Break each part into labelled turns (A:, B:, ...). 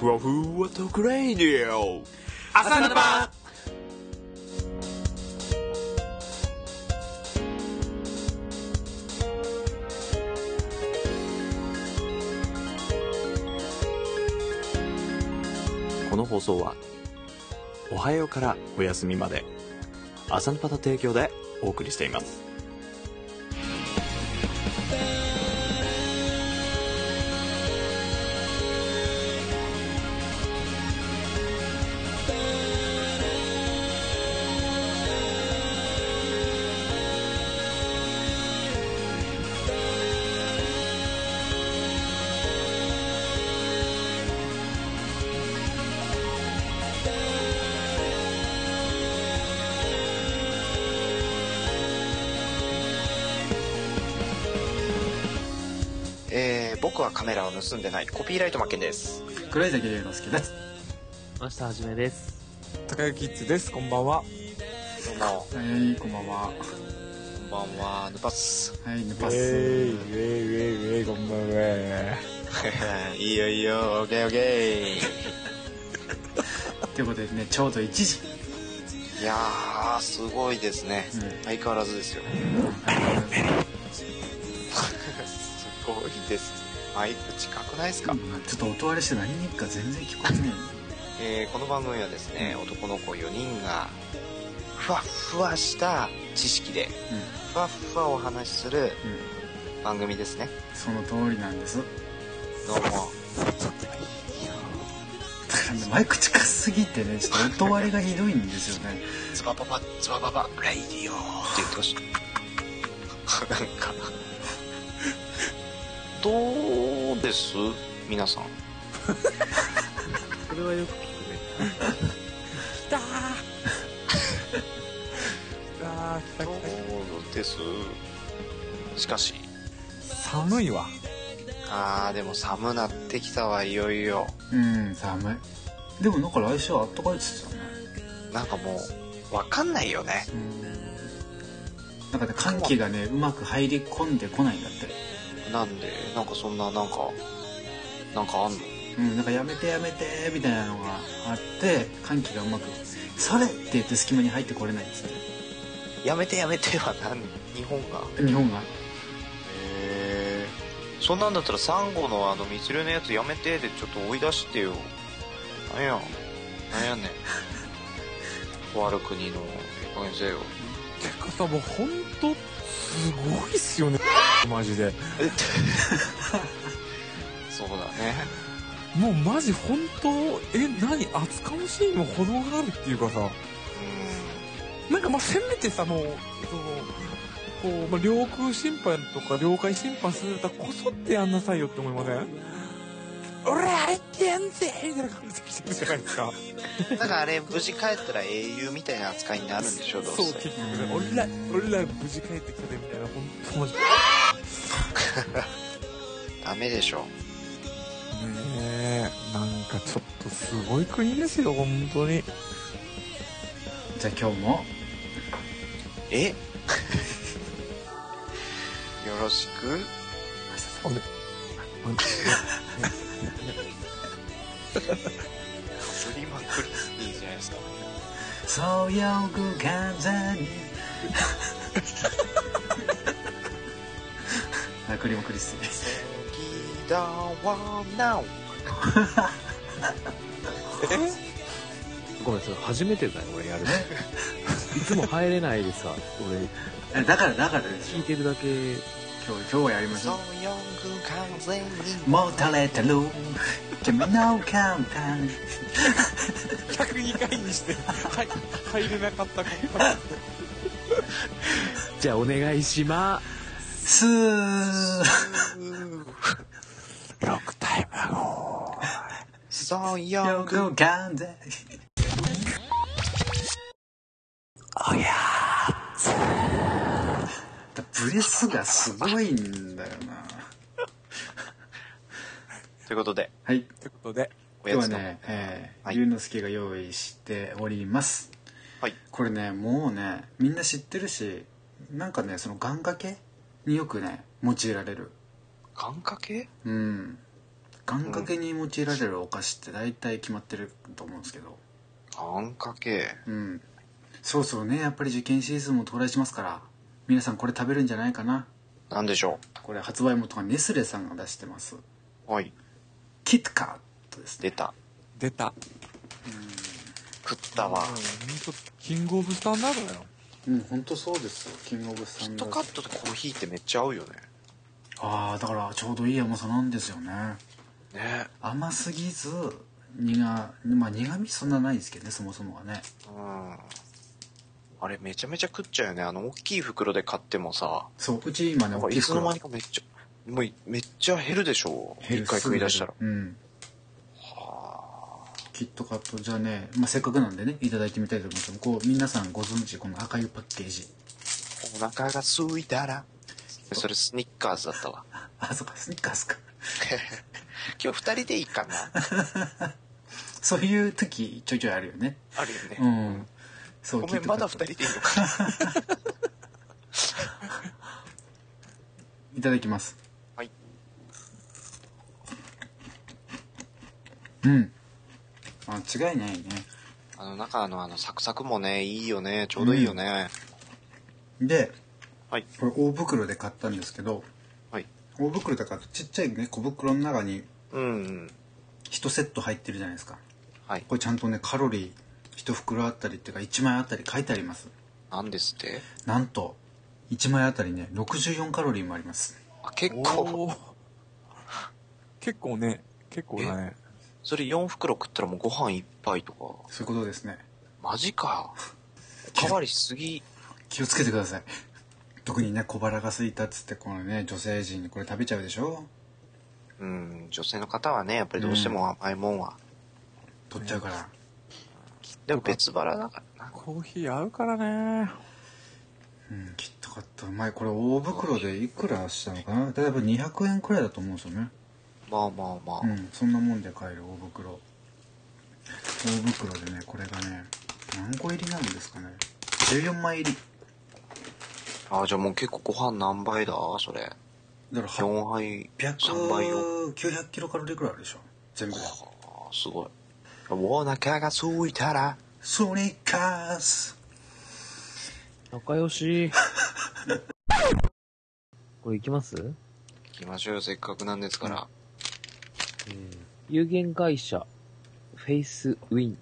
A: ふわふわトークレディオ朝のパこの放送はおはようからお休みまで朝のパの提供でお送りしています
B: えー、僕はカメラを盗んでないコピーライトマッケンです
C: 黒い崎龍之介です。
D: 明日はじめです。
E: 高木キッズです。こんばんは。
B: どうも
C: はい、こんばんは。
B: こんばんはヌパス
C: はい、ヌ
E: イ
C: パ
E: ェ
C: ス。
E: イイェイイェイイェイこんばんは。
B: いいよいいよオッケーオッケ
C: ということでね、ちょうど1時。
B: ーいやーすごいですね、
C: うん
B: 相変わらずですよ すごいですマイク近くないですか、
C: ちょっと音割れして何人か全然聞こえない。
B: えーこの番組はですね男の子4人がふわっふわした知識でふわっふわお話しする
C: うん、うん。
B: 番組ですね
C: その通りなんです。だ
B: ど うも
C: からね、マイク近すぎてね、ちょっと音割れがひどいんですよね。
B: ズバババズバババレイディオーって言ってほしいなんかどうです皆さん
D: それはよく聞くね。
E: あー、来た
B: ど
E: 来た。
B: うですしかし
E: 寒いわ。
B: あーでも寒なってきたわいよいよ
C: うん、寒い。でもなんか来週はあったかいっつってたね。
B: なんかもうわかんないよね
C: うん。なんかね、寒気がね、うまく入り込んでこないんだって。
B: なんでなんかそんななんかなんかあんの
C: うん、なんかやめてやめてみたいなのがあって寒気がうまく「それ!」って言って隙間に入ってこれないんですね
B: やめてやめては何日本が
C: 日本が
B: へえそんなんだったらサンゴのあのみちるのやつやめてでちょっと追い出してよなんやなん やねんとある国のいい加減にせ よ
E: てかさ、もうほんと、すごいっすよね。マジで。
B: えっそうだね
E: もうマジほんと、え、何厚かましいにも程があるっていうかさ。なんかまあ、せめてさ、もう、その、こう、まあ、領空侵犯とか領海侵犯するんだったらこそってやんなさいよって思いません俺、あれてやんぜみたいな感じで来てるじゃないですか。
B: うんだからあれ無事帰ったら英雄みたいな扱いになるんでしょどう
E: そう
B: せ
E: 結局ね俺ら俺ら無事帰ってきたねみたいな本当マジね
B: ダメでしょ
E: えなんかちょっとすごい国ですよ本当に
C: じゃあ今日も
B: えよろしく
E: おね
B: すりまくりいいじゃないですか
C: 「そうよく風に」 あクリもクリスティです
B: ギダワナオ
D: ごめん、それ初めてだよ、俺やるの。いつも入れないでさ、俺、
C: えだからだからでしょ
D: 聞いてるだけ。
C: 今日今日はやりまし
B: そ
C: ょ
B: う
C: う
B: よく完全に
C: 「もたれてる君の簡単」
E: 102回にしてはい入れなかった
D: じゃあ、お願いしま
C: 「すー
E: ロクタイム
B: そう
C: よ
B: よく
C: く完全に」おやーブレスがすごいんだよな
B: ということで
C: はい
E: ってことで
B: お
C: 今
B: や
C: 日は
B: つの
C: ね、えー
B: はい
C: 龍之介が用意しております
B: はい
C: これねもうねみんな知ってるしなんかねその願掛けによくね用いられる
B: 願掛け
C: うん願掛けに用いられるお菓子って大体決まってると思うんですけど
B: あんかけ。
C: うんそうそうねやっぱり受験シーズンも到来しますから皆さんこれ食べるんじゃないかな
B: なんでしょ
C: これ発売元がネスレさんが出してます
B: う。はい。
C: キットカットですね
B: 出た。
F: 出た。
B: 食ったわ
F: うん。ほんとキングオブスタンダードだよ。
C: うん本当そうですよキングオブスタ
B: キ
C: ン
B: ッ
C: ダ
B: ト
C: ー
B: カ
C: ド
B: ットとコーヒーってめっちゃ合うよね。
C: ああだからちょうどいい甘さなんですよね
B: ね。
C: 甘すぎず苦まあ苦味そんなないですけどねそもそもがね
B: うん。あれめちゃめちゃ食っちゃうよね。あの大きい袋で買ってもさ、
C: そううち今ね
B: なん
C: 大
B: か
C: きい
B: いつの間
C: 袋
B: にかめっちゃ、もうめっちゃ減るでしょ。
C: 減
B: 一
C: る
B: 回食い出したら。
C: うんキットカットじゃあね、まあ、せっかくなんでねいただいてみたいと思いますこう皆さんご存知この赤いパッケージ
B: お腹が空いたら。それスニッカーズだったわ。
C: あそっかスニッカーズか
B: 今日二人でいいかな。
C: そういう時ちょいちょいあるよね
B: あるよ
C: う
B: ね。
C: んそう
B: ごめん、まだ二人でいいのか。
C: いただきます
B: はい
C: うん間違いないね
B: あの中のあのサクサクもね、いいよね。ちょうどいいよね。
C: で
B: はい。
C: これ大袋で買ったんですけど
B: はい。
C: 大袋だからちっちゃいね小袋の中に
B: うん。
C: 1セット入ってるじゃないですか
B: はい。
C: これちゃんとねカロリー1袋あたりっていうか1枚あたり書いてあります
B: なんですって
C: なんと1枚あたりね64カロリーもあります
B: あ、結構。
F: おー。結構ね、結構だね。
B: それ4袋食ったらもうご飯一杯とか。
C: そういうことですね
B: マジか。おかわりしすぎ。
C: 気をつけてください特にね小腹が空いたっつってこのね女性陣にこれ食べちゃうでしょ
B: うん。女性の方はね、やっぱりどうしても甘いもんは。
C: 取っちゃうから
B: でも別腹だからな。
F: コーヒー合うからね。
C: うんきっと買ったうまいこれ大袋でいくらしたのかな例えば200円くらいだと思うんですよね
B: まあまあまあ。
C: うんそんなもんで買える大袋大袋でねこれがね何個入りなんですかね14枚入り
B: あ、じゃあもう結構ご飯何杯だそれ。
C: だから
B: 4杯、3杯よ。
C: 800 900キロカロリーくらいあるでしょ全部で
B: あすごい。お腹が空いたら。
C: ソニカース
G: 仲良し。これ行きます
B: 行きましょうよ、せっかくなんですから。
G: 有限会社、フェイスウィン。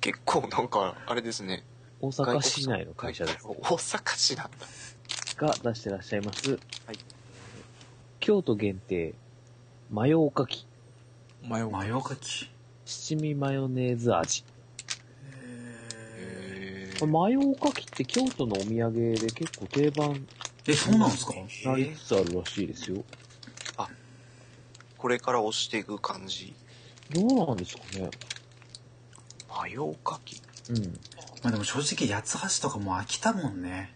B: 結構なんか、あれですね。
G: 大阪市内の会社です。
B: 大阪市なんだ。
G: が出してらっしゃいます。
B: はい
G: 京都限定、マヨおかき、
F: 迷う。
C: マヨカキ
G: 七味マヨネーズ味。
C: え
B: へ
G: これマヨおかきって京都のお土産で結構定番
C: ーえそうなんですか
G: になりつつあるらしいですよ。
B: これから押していく感じ。
G: どうなんですかね
B: マヨカキ。
G: うん。
C: まあでも正直八つ橋とかもう飽きたもん ね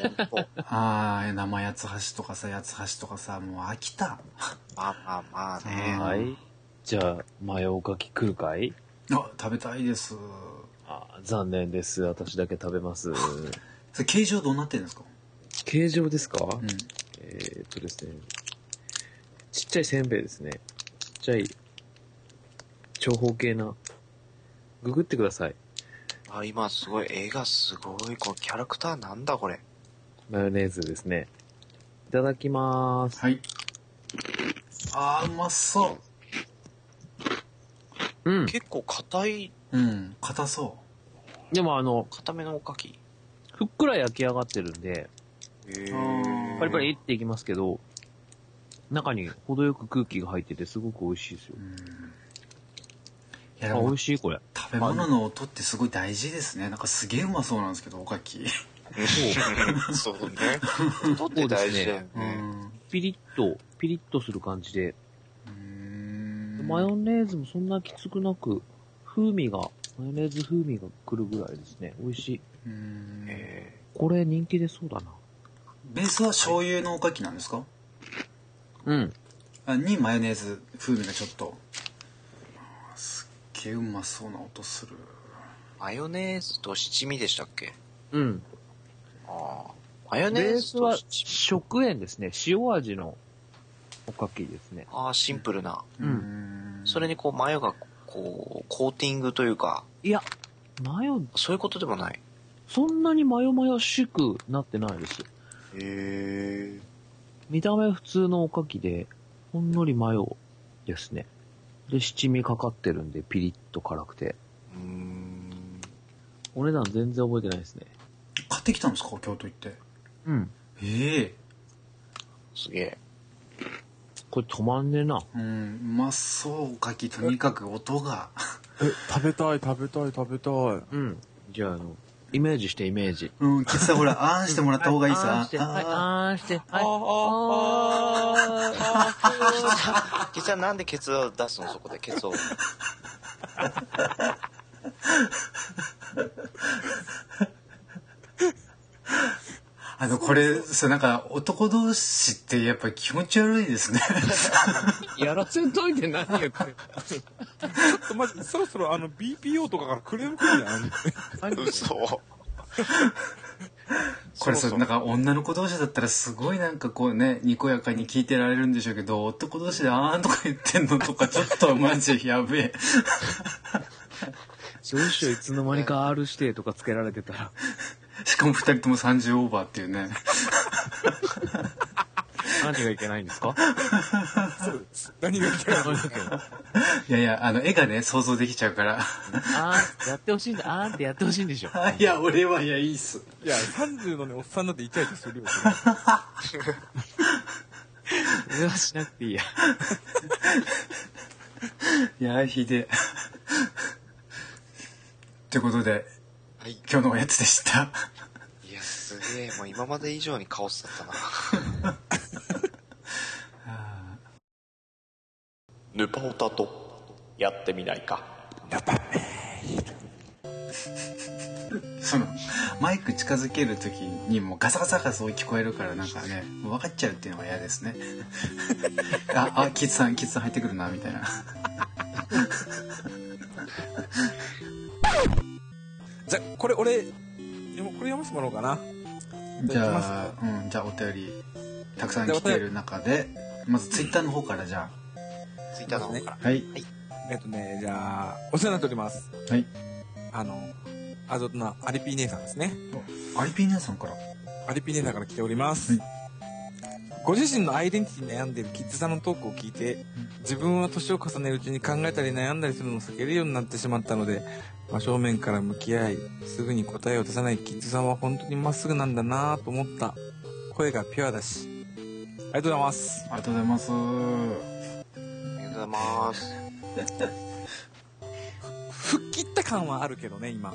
B: ほんと
C: あー生八つ橋とかさ八つ橋とかさもう飽きた
B: まあまあまあね。
C: うん
G: はい。じゃあ、マヨおかき食うかい
C: あ食べたいです
G: あ残念です。私だけ食べます。
C: それ形状どうなってるんですか
G: 形状ですか、
C: うん
G: えーっとですね。ちっちゃいせんべいですね。ちっちゃい、長方形な。ググってください。
B: あ、今すごい、絵がすごい。このキャラクターなんだこれ。
G: マヨネーズですね。いただきまーす。
C: はいあーうまそ
G: うん。
B: 結構硬い、
C: ううん硬そ
G: でもあの、
B: 硬めのおかき。
G: ふっくら焼き上がってるんで、
B: へ
C: ー
G: パリパリっていきますけど、中に程よく空気が入っててすごく美味しいですよ
C: うう。んいやで
G: あ、
C: も
G: 美味しいこれ。
C: 食べ物の音ってすごい大事ですねなんかすげえうまそうなんですけどおかき
B: そうね。音って大事だよ
C: う
B: ね。
C: ん
G: ピリッと、ピリッとする感じで、
C: うーん
G: マヨネーズもそんなきつくなく、風味が、マヨネーズ風味が来るぐらいですね。美味しい。
C: うーん
B: へ
G: これ人気でそうだな。
C: ベースは醤油のおかきなんですか
G: うん。
C: あにマヨネーズ風味がちょっとあーすっげえうまそうな音する
B: ーマヨネーズと七味でしたっけ
G: うん。
B: ああ。マヨネ
G: ベ
B: ー
G: ー
B: ズ
G: ス
B: と
G: は食塩ですね。塩味のおかきですね。
B: ああ、シンプルな。
G: う
C: ん
G: ん
B: それにこう、マヨが、こう、コーティングというか、
G: いや、マヨ、
B: そういうことでもない。
G: そんなにマヨマヨしくなってないです。
B: へえ。
G: 見た目普通のおかきで、ほんのりマヨですね。で、七味かかってるんで、ピリッと辛くて。
B: うーん。
G: お値段全然覚えてないですね。
C: 買ってきたんですか京都行って
G: うん。
C: え
B: すげえ。
G: これ止まんねえな。
C: えうんうまそうおかきとにかく音が
E: え、食べたい、食べたい、食べたい。
G: うん。じゃあ、あの、イメージしてイメージ。
C: うん喫茶ほらあんしてもらった方がいい
G: はあ
C: さ
G: ーして、はい、
C: あ
G: あーして、はい、
E: あー
G: あーあ
B: ケツはなんでケツを出すのそこで、ケ ツを。
C: ーあのこれそうなんか男同士ってやっぱ気持ち悪いですね
G: ーやらせといて何やって。
E: ちょっとマジ、そろそろあの BPO とかからクレーム来るんじゃない
B: 嘘。
C: これそう
B: そう
C: なんか女の子同士だったらすごいなんかこうねにこやかに聞いてられるんでしょうけど男同士で「あーん」とか言ってんのとかちょっとマジやべえ
G: どうしよう、いつの間にか R 指定とかつけられてたら。
C: しかも二人とも30オーバーっていうね
G: 何がいけないんですか
E: 何が言ってる
G: 何がいけない
C: いやいやあの絵がね想像できちゃうから
G: あーやってほしいんだ、あーってやってほしいんでしょ。
C: いや俺はいやいいっす
E: いや、30のね、おっさんだってイチャイチャするよ。
G: それはしなくていいや。
C: いやひでえ ということで
B: はい。
C: 今日のおやつでした
B: いや、すげえ。もう今まで以上にカオスだったな。
A: ヌパオタとやってみないか
C: そのマイク近づける時にもうガサガサガサ聞こえるからなんかねもう分かっちゃうっていうのが嫌ですね ああキッズさんキッズさん入ってくるなみたいな
E: じゃ、これ俺、でもこれ読ませてもらおうかな。
C: じゃあ、うん、じゃあお便りたくさん来てる中でまずツイッターの方からじゃ
B: ツイッターの方から。
C: あはい
E: えっとね、じゃあ、お世話になっております。
C: はい
E: あの、アゾトナ、アリピー姉さんですね。
C: アリピーナさんから
E: アリピー姉さんから来ております。ご自身のアイデンティティに悩んでいるキッズさんのトークを聞いて、自分は年を重ねるうちに考えたり悩んだりするのを避けるようになってしまったので、真正面から向き合い、すぐに答えを出さないキッズさんは本当にまっすぐなんだなぁと思った。声がピュアだし。ありがとうございます。
C: ありがとうござ います
B: ありがとうございます。
E: 吹っ切った感はあるけどね、今。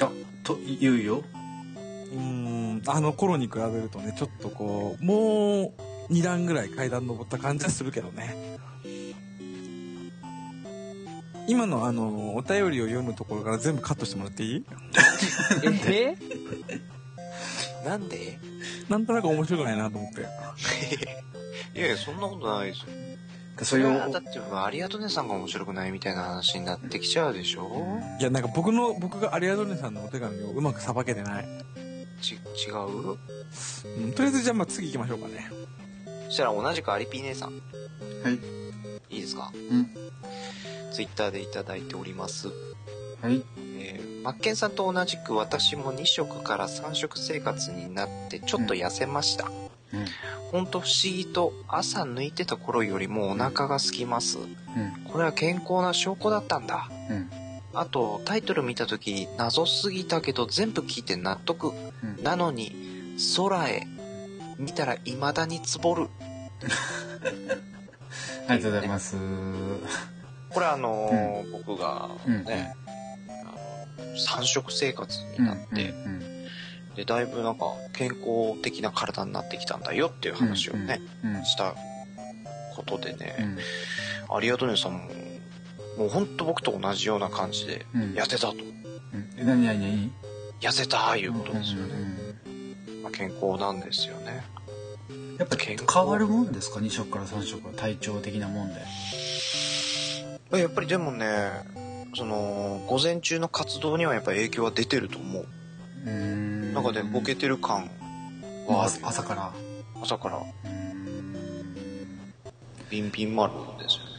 C: あと言うよ
E: うーんあの頃に比べるとねちょっとこうもう2段ぐらい階段登った感じはするけどね今のあのお便りを読むところから全部カットしてもらっていい
G: え
B: なんで
E: なんとなく面白くないなと思って
B: いやいや、そんなことないですよ。
C: それを
B: だって、ありがとねさんが面白くないみたいな話になってきちゃうでしょ、
E: いやなんか僕の僕がアリアドネさんのお手紙をうまくさばけてない、
B: ち、違う
E: うんとりあえずじゃあまあ次行きましょうかね
B: そしたら同じくアリピー姉さん。
C: はい
B: いいですか
C: うん
B: ツイッターでいただいております。
C: はい
B: えー、マッケンさんと同じく私も2食から3食生活になってちょっと痩せました。
C: うんうん
B: ほんと不思議と朝抜いてた頃よりもお腹が空きます。
C: うん
B: これは健康な証拠だったんだ。
C: うん
B: あとタイトル見た時謎すぎたけど全部聞いて納得
C: うん
B: なのに空へ見たら未だにつぼる
C: ありがとうございます
B: これあのー僕が
C: うん
B: ね、あの三食生活になって、
C: うんうん
B: でだいぶなんか健康的な体になってきたんだよっていう話をね、
C: うんうん
B: したことで
C: う
B: ね、
C: ん
B: ありがとうねさんももうほんと僕と同じような感じで
C: うん
B: 痩せたと
C: うんえ何何何
B: 痩せたいうことですよね、
C: うん
B: まあ、健康なんですよね
C: やっぱ
B: 健康
C: 変わるもんですか2食から3食は体調的なもんで
B: まあやっぱりでもねその午前中の活動にはやっぱ影響は出てると思う
C: うーん
B: なんかねボケてる感
C: あ朝朝から
B: 朝から
C: うーん
B: ビンビン丸ですよね。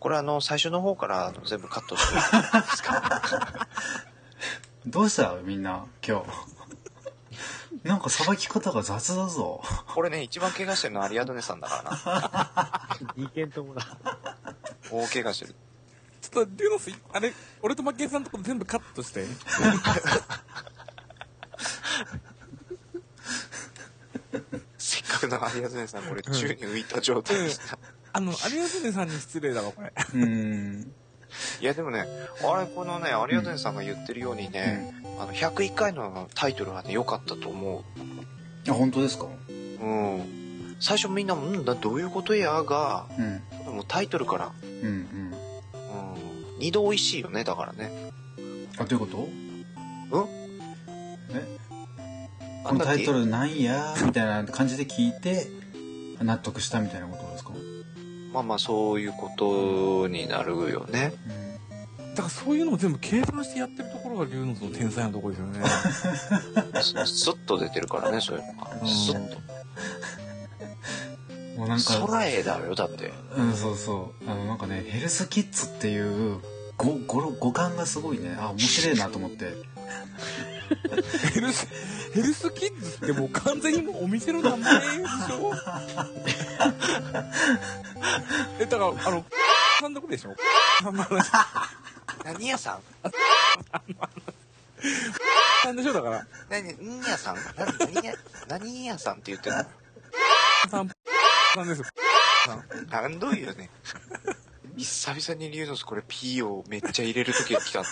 B: これあの、最初の方からあの全部カットして
C: どうしたみんな今日 なんかさばき方が雑だぞ
B: これね、一番怪我してるのはアリアドネさんだからな。
G: 2件ともだ。
B: 大怪我してる。
F: ちょっと、リュウノス、あれ、俺とマッケンさんのとこ全部カットして。
B: せっかくのアリアドネさん、これ宙に浮いた状態で した。
F: あの、有吉根さんに失礼だわ、これ。
C: うーん
B: いやでもね、あれ、このね、アリアドネさんが言ってるようにね、あの、101回のタイトルはね、良かったと思う。
C: あ本当ですか
B: うん。最初みんな、うんだ、どういうことやが、
C: うん
B: もうタイトルから、
C: うんうん
B: うん。二度美味しいよね、だからね。
C: あどういうこと
B: あ
C: こ
B: ん
C: の
B: だっ
C: タイ
B: け
C: トルなんやみたいな感じで聞いて納得したみたいなことですか、
B: まあまあ、そういうことになるよね。
C: う
F: だからそういうのを全部計算してやってるところがリュウノスの天才なところですよね。
B: ス スッと出てるからね、そういうのが。
C: うん
B: スッと。
C: ん、もうなんか
B: 空へだよ、だって。
C: うん、そうそうあのなんかねヘルスキッズっていうごごろ五感がすごいねあ面白いなと 思って
F: ヘルス、ヘルスキッズってもう完全にもうお店の名前でしょ え、だから、あの、さんのとこでしょさんの話
B: 何屋さん
F: さんでしょだから。
B: 何、んやさん何何屋、 何屋さんって言ってる
F: さん、さんですよ。
B: のなんどいよね。久々にリュウノスこれ P をめっちゃ入れる時が来た。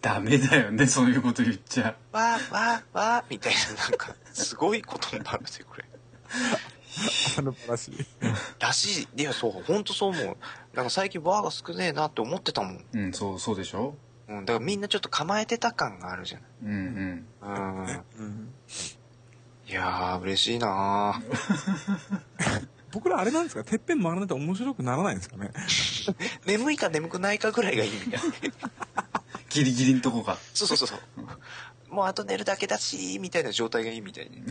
C: ダメだよねそういうこと言っちゃ
B: わーわーわーみたいな、なんか、すごいことになるぜ、これ。
F: さんの話。
B: らしい。いや、そう、ほんとそう思う。なんか最近わーが少ねえなって思ってたもん。
C: うんそうそうでしょ
B: うん、だからみんなちょっと構えてた感があるじゃない。
C: うんうん
B: うん。
F: うん
B: いやー、嬉しいなー。
F: 僕らあれなんですかてっぺん回らないと面白くならないんですかね
B: 眠いか眠くないかぐらいがいいみたいな。
C: ギリギリんとこが
B: そうそうそうそう。もうあと寝るだけだし、みたいな状態がいいみたいに。
C: い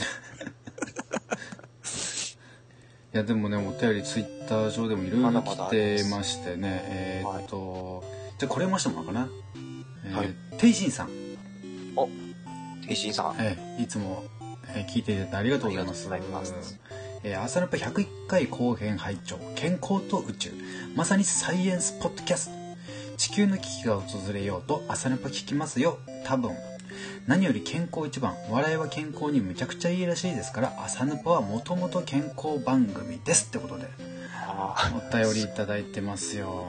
C: やでもねお便りツイッター上でもいろい
B: まだ
C: ろ
B: まだありま
C: 来て
B: す
C: ましてねえ
B: はい
C: ーっと、じゃあこれもしてもらおうかなえー
B: はい
C: ていしんさん、
B: 天心さん。
C: えーいつも、えー聞いていただいてありがとうございます
B: ありがとうございます
C: えー朝ラップ101回後編拝聴健康と宇宙まさにサイエンスポッドキャスト地球の危機が訪れようと朝ラップ聞きますよ多分何より健康一番笑いは健康にむちゃくちゃいいらしいですから朝ヌパはもともと健康番組ですってことで
B: あ
C: お便りいただいてますよ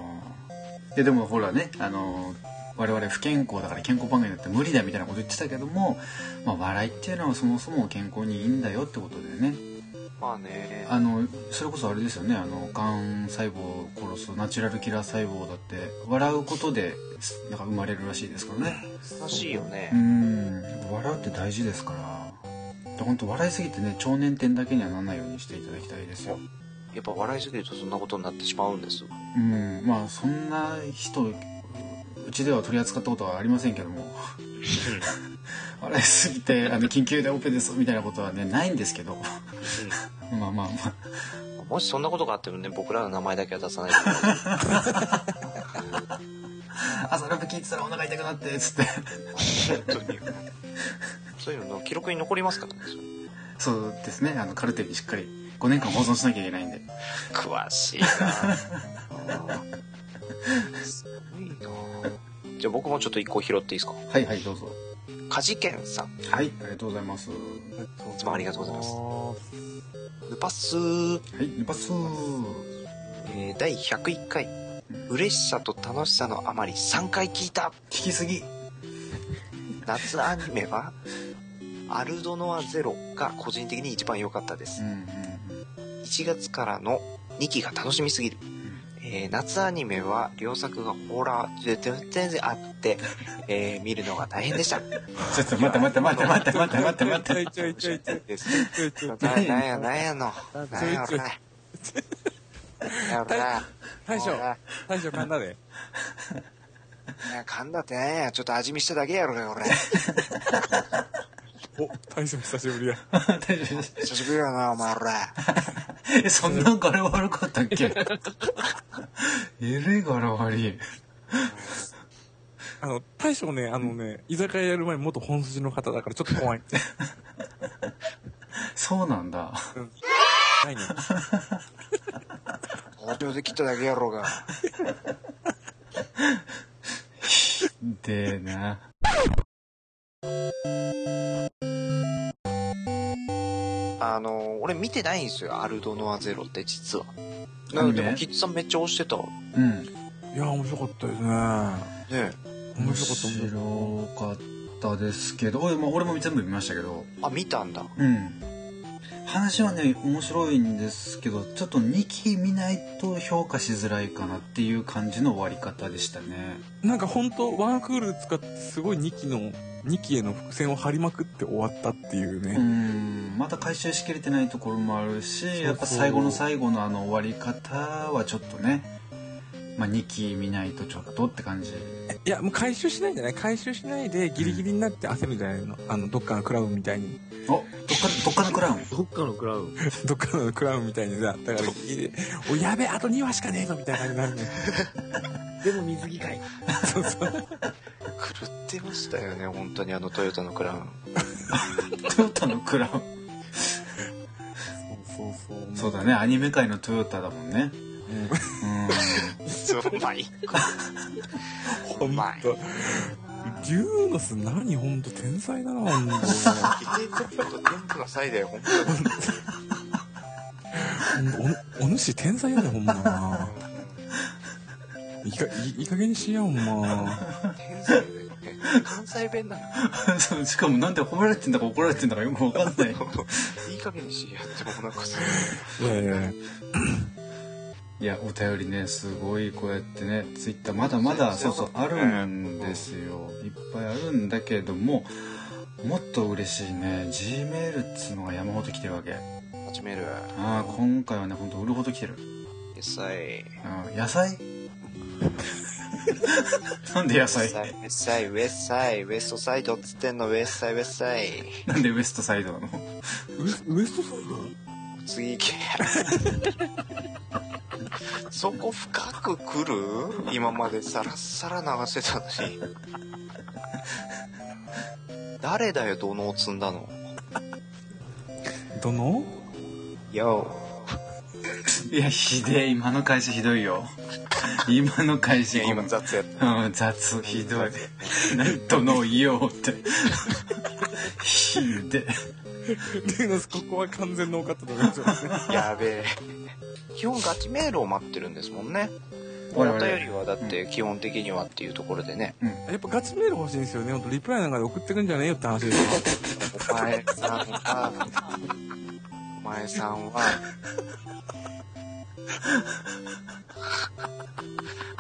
C: ででもほらねあの我々不健康だから健康番組だって無理だみたいなこと言ってたけども、まあ、笑いっていうのはそもそも健康にいいんだよってことでね
B: ーまあね。
C: あのそれこそあれですよねあの癌細胞を殺すナチュラルキラー細胞だって笑うことですなんか生まれるらしいですからね
B: らしいよ
C: う
B: ね。
C: ん笑うって大事ですから本当笑いすぎてね腸年点だけにはならないようにしていただきたいですよ
B: やっぱ笑いすぎるとそんなことになってしまうんです。
C: うんまあそんな人うちでは取り扱ったことはありませんけども 笑いすぎてあの緊急でオペですみたいなことはねないんですけどまあまあまあ
B: もしそんなことがあってもね、僕らの名前だけは出さないで。
C: 朝ラップ聞いてたらお腹痛くなってっつって
B: 本当に。そういうの記録に残りますからね。それ
C: そうですねあのカルテにしっかり5年間保存しなきゃいけないんで
B: 詳しいなすごいなじゃあ僕もちょっと一個拾っていいですか
C: はいはいどうぞ
B: カジケンさん。
C: はいありがとうございますはい
B: つもありがとうございます
F: す。
B: ルパスー。
C: いヌパスー
B: えー第101回嬉しさと楽しさのあまり3回聞いた
C: 聞きすぎ
B: 夏アニメは「アルドノアゼロ」が個人的に一番良かったで
C: う
B: す
C: んうん
B: 1月からの2期が楽しみすぎる、えー夏アニメは両作がホラーで全然あって、えー見るのが大変でした
C: ちょっと待って待って待って待って待って待って待って
F: ちょいちょいちょい
B: です
F: ちょいちょいちょい。
B: なんやなんやのなんや
F: ちょいちょい
B: ろななんやろな
F: 大将、大将、なんだで。
B: なや噛んだってねえやちょっと味見しただけやろがこれ
E: お、大将久しぶりや。
C: 大丈夫です
B: 久しぶりだなお前ら
C: え そんな柄悪かったっけえれい柄悪い。
E: あの、大将ね、あのね、居酒屋やる前に元本筋の方だからちょっと怖い。
C: そうなんだ。
E: ないね。
B: 包丁で切っただけやろが
C: でな。
B: あの俺見てないんですよアルドノアゼロって実は
C: ア
B: な
C: ニ
B: ん
C: メ
B: でもキッズさんめっちゃ押してたね
C: うん。
E: いや、面白かったですね。
B: え
E: 面
C: 面
E: 白かった、面白かっ
C: 白かったですけど、俺も俺も全部見ましたけど、
B: あ見たんだ
C: うん。話はね、面白いんですけど、ちょっと2期見ないと評価しづらいかなっていう感じの終わり方でしたね。
E: た。なんか本当ワンクール使ってすごい2期の、2期への伏線を張りまくって終わったっていう
C: う
E: ね。
C: ん、まだ回収しきれてないところもあるし、やっぱ
E: そうそう
C: 最後の最後のあの終わり方はちょっとね、まあ2期見ないとちょっとって感じ。
E: いや、もう回収しないんじゃない回収しないでギリギリになって焦るんじゃないのあの、どっかのクラウンみたいに。
C: お、どっか、どっかのクラウン
G: どっかのクラウン。
E: どっかのクラウンみたいにさ、だからギリギリで、お、やべえ、あと2話しかねえぞみたいな感じになるん だよ。
G: でも水着会。
E: そうそう。
B: 狂ってましたよね本当にあのトヨタのクラウン
C: トヨタのクラウン。
E: そうそう
C: そうだね、アニメ界のトヨタだもんね。 うん。
B: そうまい。
E: ほんと。デューノス何ほんと天才だな、ほんと。
B: 全部がサイだよ、本当に。
E: ほんとおお主天才やで、ほんまな。いいか、いいいい加減にしや、ほんま。
B: 天才だよね。関西弁なの。
C: そうしかもなんで褒められてんだか怒られてんだかよくわかんない。
B: いい加減にしやってもなんかさ。
E: いやいやいや
C: いや、お便りね、すごいこうやってね、ツイッターまだまだ、そうそう、あるんですよ。いっぱいあるんだけれども、もっと嬉しいね、G メールっつうのが山ほど来てるわけ。
B: 始める。
C: ああ、今回はね、ほんと売るほど来てる。
B: 野菜。
C: うん、野菜 なんで野
B: ウェ
C: 菜
B: ッサイ、ウェッサイ、ウェッサイ、ウェストサイドっつってんの、ウェッサイ、ウェッサイ。
C: なんでウエストサイドなの
E: ウエスウエストサイ
B: 次行け。そこ深く来る今までさらっさら流してたのに。誰だよ、土のを積んだの。
E: ドどの
B: よ
C: いや、ひでえ、今の返しひどいよ。今の返し
B: いや、今雑やった。
C: うん、雑、ひどい。なんとの言おうって。ひで
E: デューノス、ここは完全ノーカットだねちょっとね。
B: やべえ。基本ガチメールを待ってるんですもんね。
C: え。
B: お便りはだって基本的にはっていうところでね。
E: やっぱガチメール欲しいんですよね。ほんと、リプライなんかで送ってくんじゃねえよって話ですよ。
B: お前さんは、お前さんは、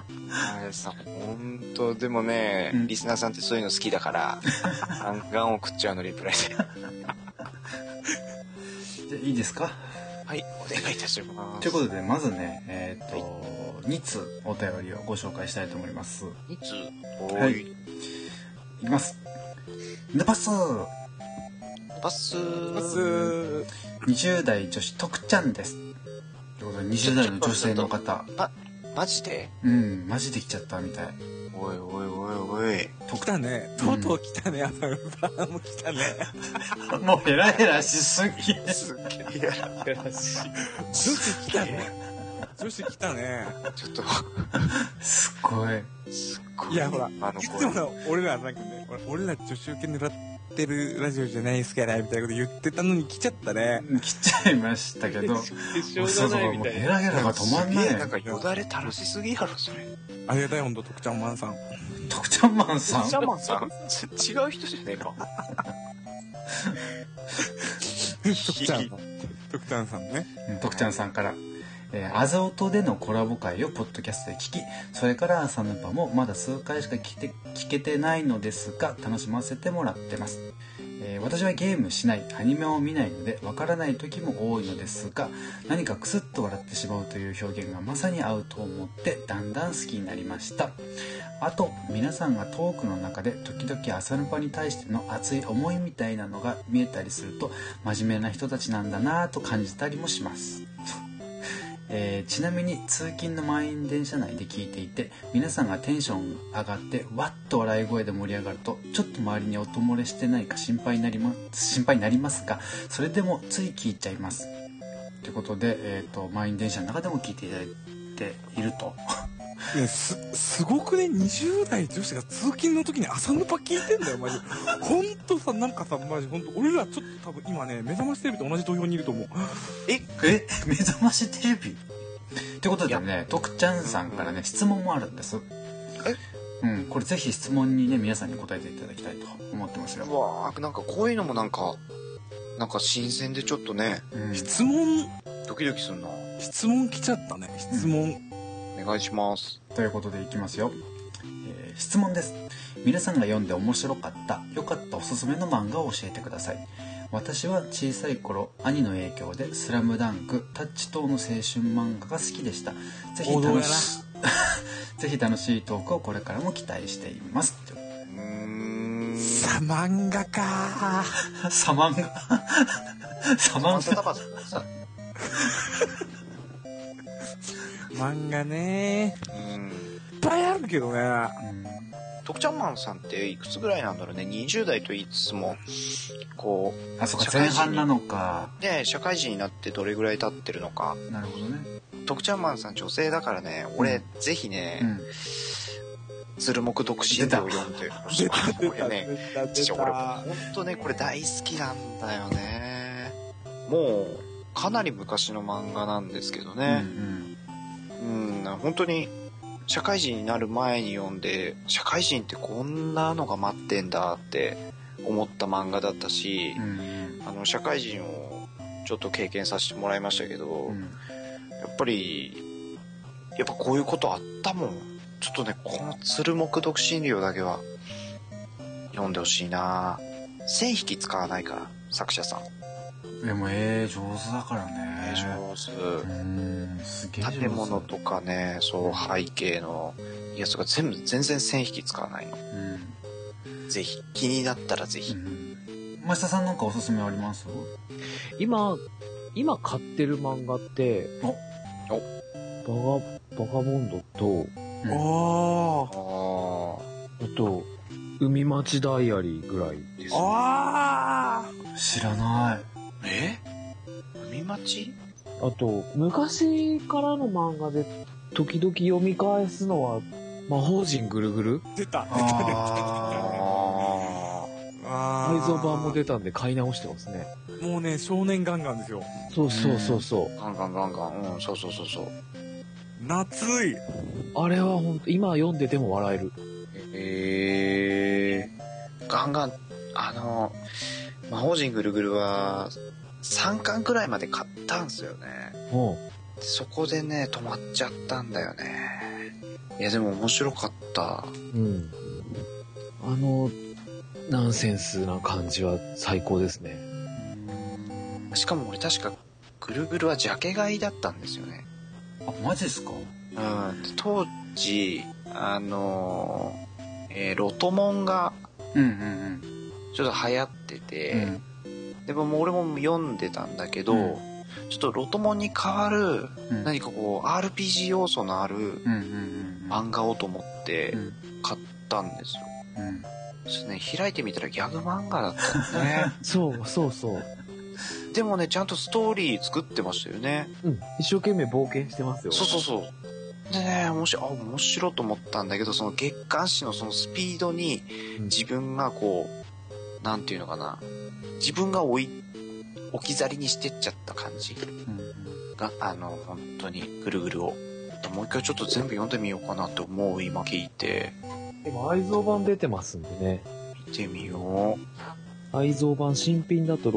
B: お前さん、ほんと、でもね、
C: うん
B: リスナーさんってそういうの好きだから、ガンガン送っちゃうの、リプライで。
C: じゃいいですか
B: はい、お願いいたします。
C: ということで、まずね、えっ、と、2通お便りをご紹介したいと思います。
B: いつ
C: は
B: お
C: い
B: い、
C: いきます。ナパス
B: パス
E: まず、
C: !20 代女子、徳ちゃんです。ということで、20代の女性の方。
B: マジで
C: うん、マジで来ちゃったみたい。
B: おいおいおいおい。
E: 来たね。とうとう来たね、アナウンサーも来たね。
C: もうヘラヘラしすぎ。
B: すっげえ。
E: 女子来たね。女子来たね。
B: ちょっと、
C: すっごい。
B: すっごい。
E: いやほら
B: あの
E: いつも
B: 声。
E: の俺らなんかね、俺俺ら女子受け狙ってるラジオじゃないですから、みたいなこと言ってたのに来ちゃったね。
C: 来ちゃいましたけ ど。
G: しょ
C: そうそ
G: う
C: う
G: がないみ
C: もう
G: たい
C: ヘ
G: な。
C: ラヘラが止まんない
B: すげえなんかよだれ垂らしすぎやろ、それ。
E: ありがたい、ほんと、徳ちゃんマンさん。
C: 徳ちゃんマンさん
B: シャマンさんち違う人じゃねえか。
E: 徳ちゃん。徳ちゃんさんね。
C: うん徳ちゃんさんから。えー、あざおとでのコラボ会をポッドキャストで聞き、それから朝ヌパもまだ数回しか聞けて聞けてないのですが、楽しませてもらってます。えー私はゲームしないアニメを見ないのでわからない時も多いのですが何かクスッと笑ってしまうという表現がまさに合うと思ってだんだん好きになりましたあと皆さんがトークの中で時々朝の場に対しての熱い思いみたいなのが見えたりすると真面目な人たちなんだなぁと感じたりもします えーちなみに通勤の満員電車内で聞いていて皆さんがテンション上がってわっと笑い声で盛り上がるとちょっと周りに音漏れしてないか心配になります心配になりますがそれでもつい聞いちゃいますということで、えー、と満員電車の中でも聞いていただいていると
F: ね、す、すごくね、20代女子が通勤の時に朝のパ聞いてんだよ、マジ。ほんとさ、なんかさ、マジ、ほんと、俺らちょっと多分今ね、目覚ましテレビと同じ土俵にいると思う。
C: え目覚ましテレビってことでね徳ちゃんさんからね質問もあるんですうん、これぜひ質問にね皆さんに答えていただきたいと思ってますよ
B: う、わーなんかこういうのもなんかなんか新鮮でちょっとね
C: うん、
F: 質問、
B: ドキドキするな
F: 質問来ちゃったね、質問。
B: お願いします
C: ということでいきますよ、えー質問です皆さんが読んで面白かった良かったおすすめの漫画を教えてください私は小さい頃兄の影響で「スラムダンクタッチ等の青春漫画が好きでしたぜひ
F: 王道や
C: 楽
F: な
C: しぜひ楽しいトークをこれからも期待しています
B: うーん
F: さ、漫画か
C: サマンガサマン
B: サタ
C: ガ
B: バサ
F: 漫画ね
B: うん
F: いっぱいあるけどね。
C: うん
B: 徳ちゃんマンさんっていくつぐらいなんだろうね20代と言いつつもこ
C: あそうか
B: 社会
C: 前
B: 人
C: 半なのか
B: うね社会人になってどれぐらい経ってるのか
C: なるほどね
B: 徳ちゃんマンさん女性だからね俺ぜひね、
C: うん
B: 鶴木独身でを読んでほしい
F: 出た、出
B: こ
F: た、
B: れね
F: 出た、出
B: 実は俺
F: た。
B: 本当ねこれ大好きなんだよねもうかなり昔の漫画なんですけど
C: うん
B: ねうん本当に社会人になる前に読んで社会人ってこんなのが待ってんだって思った漫画だったし
C: うんう、ん
B: あの社会人をちょっと経験させてもらいましたけど、
C: うん
B: やっぱりやっぱこういうことあったもんちょっとねこの「鶴木独身寮」だけは読んでほしいな線引き使わないから作者さん
C: でもええ上手だからね
B: 上
C: う
B: 手
C: ーんすげえ上手
B: 建物とかねそう背景のやつが全部全然線引き使わないの
C: うん、
B: ぜひ気になったらぜひ
C: うん、増田さんなんかおすすめあります
G: 今、今買ってる漫画って、
C: お
G: おバガ、バガボンドと、
F: あー。
B: あー
G: あと、海町ダイアリーぐらいです、ね。あ
F: あ
C: 知らない
B: え海町
G: と、昔からの漫画で、時々読み返すのは、魔法陣ぐるぐる
F: ー出た
B: あ
F: あ
G: 改造版も出たんで買い直してますね。
F: もうね少年ガンガンですよ
G: そうそうそうそう。
B: ーガンガンガンガンうんそうそうそうそう
F: 夏い
G: あれは本当今読んでても笑える。
B: えー、ガンガン、あの、魔法陣ぐるぐるは、3巻くらいまで買ったんすよね。
G: うん。
B: そこでね、止まっちゃったんだよね。いや、でも面白かった。
G: うん。あの、ナンセンスな感じは最高ですね。
B: しかも俺確か、ぐるぐるはジャケ買いだったんですよね。
C: あマジっすか
B: うん。で当時、あの、えーロトモンが、
C: うんうん
B: ちょっと流行ってて、
C: うんうん
B: でももう俺も読んでたんだけど、
C: うん
B: ちょっとロトモンに代わる
C: うん
B: 何かこう RPG 要素のある
C: うんうんうん
B: 漫画をと思って
C: うん
B: 買ったんですよ。
C: うん
B: そしてね、開いてみたらギャグ漫画だったんだ ね。
G: そうそうそう。
B: でもね、ちゃんとストーリー作ってましたよね。
G: うん。一生懸命冒険してますよ。
B: そうそうそう。でね、面白い、あ、面白いと思ったんだけど、その月刊誌のそのスピードに
G: うん
B: 自分がこう、なんていうのかな。自分が置い、置き去りにしてっちゃった感じ。
C: うん
B: が、あの、本当に、ぐるぐるを。もう一回ちょっと全部読んでみようかなって思う今聞いて、
G: でも、愛蔵版出てますんでね。
B: 見てみよう。
G: 愛蔵版新品だと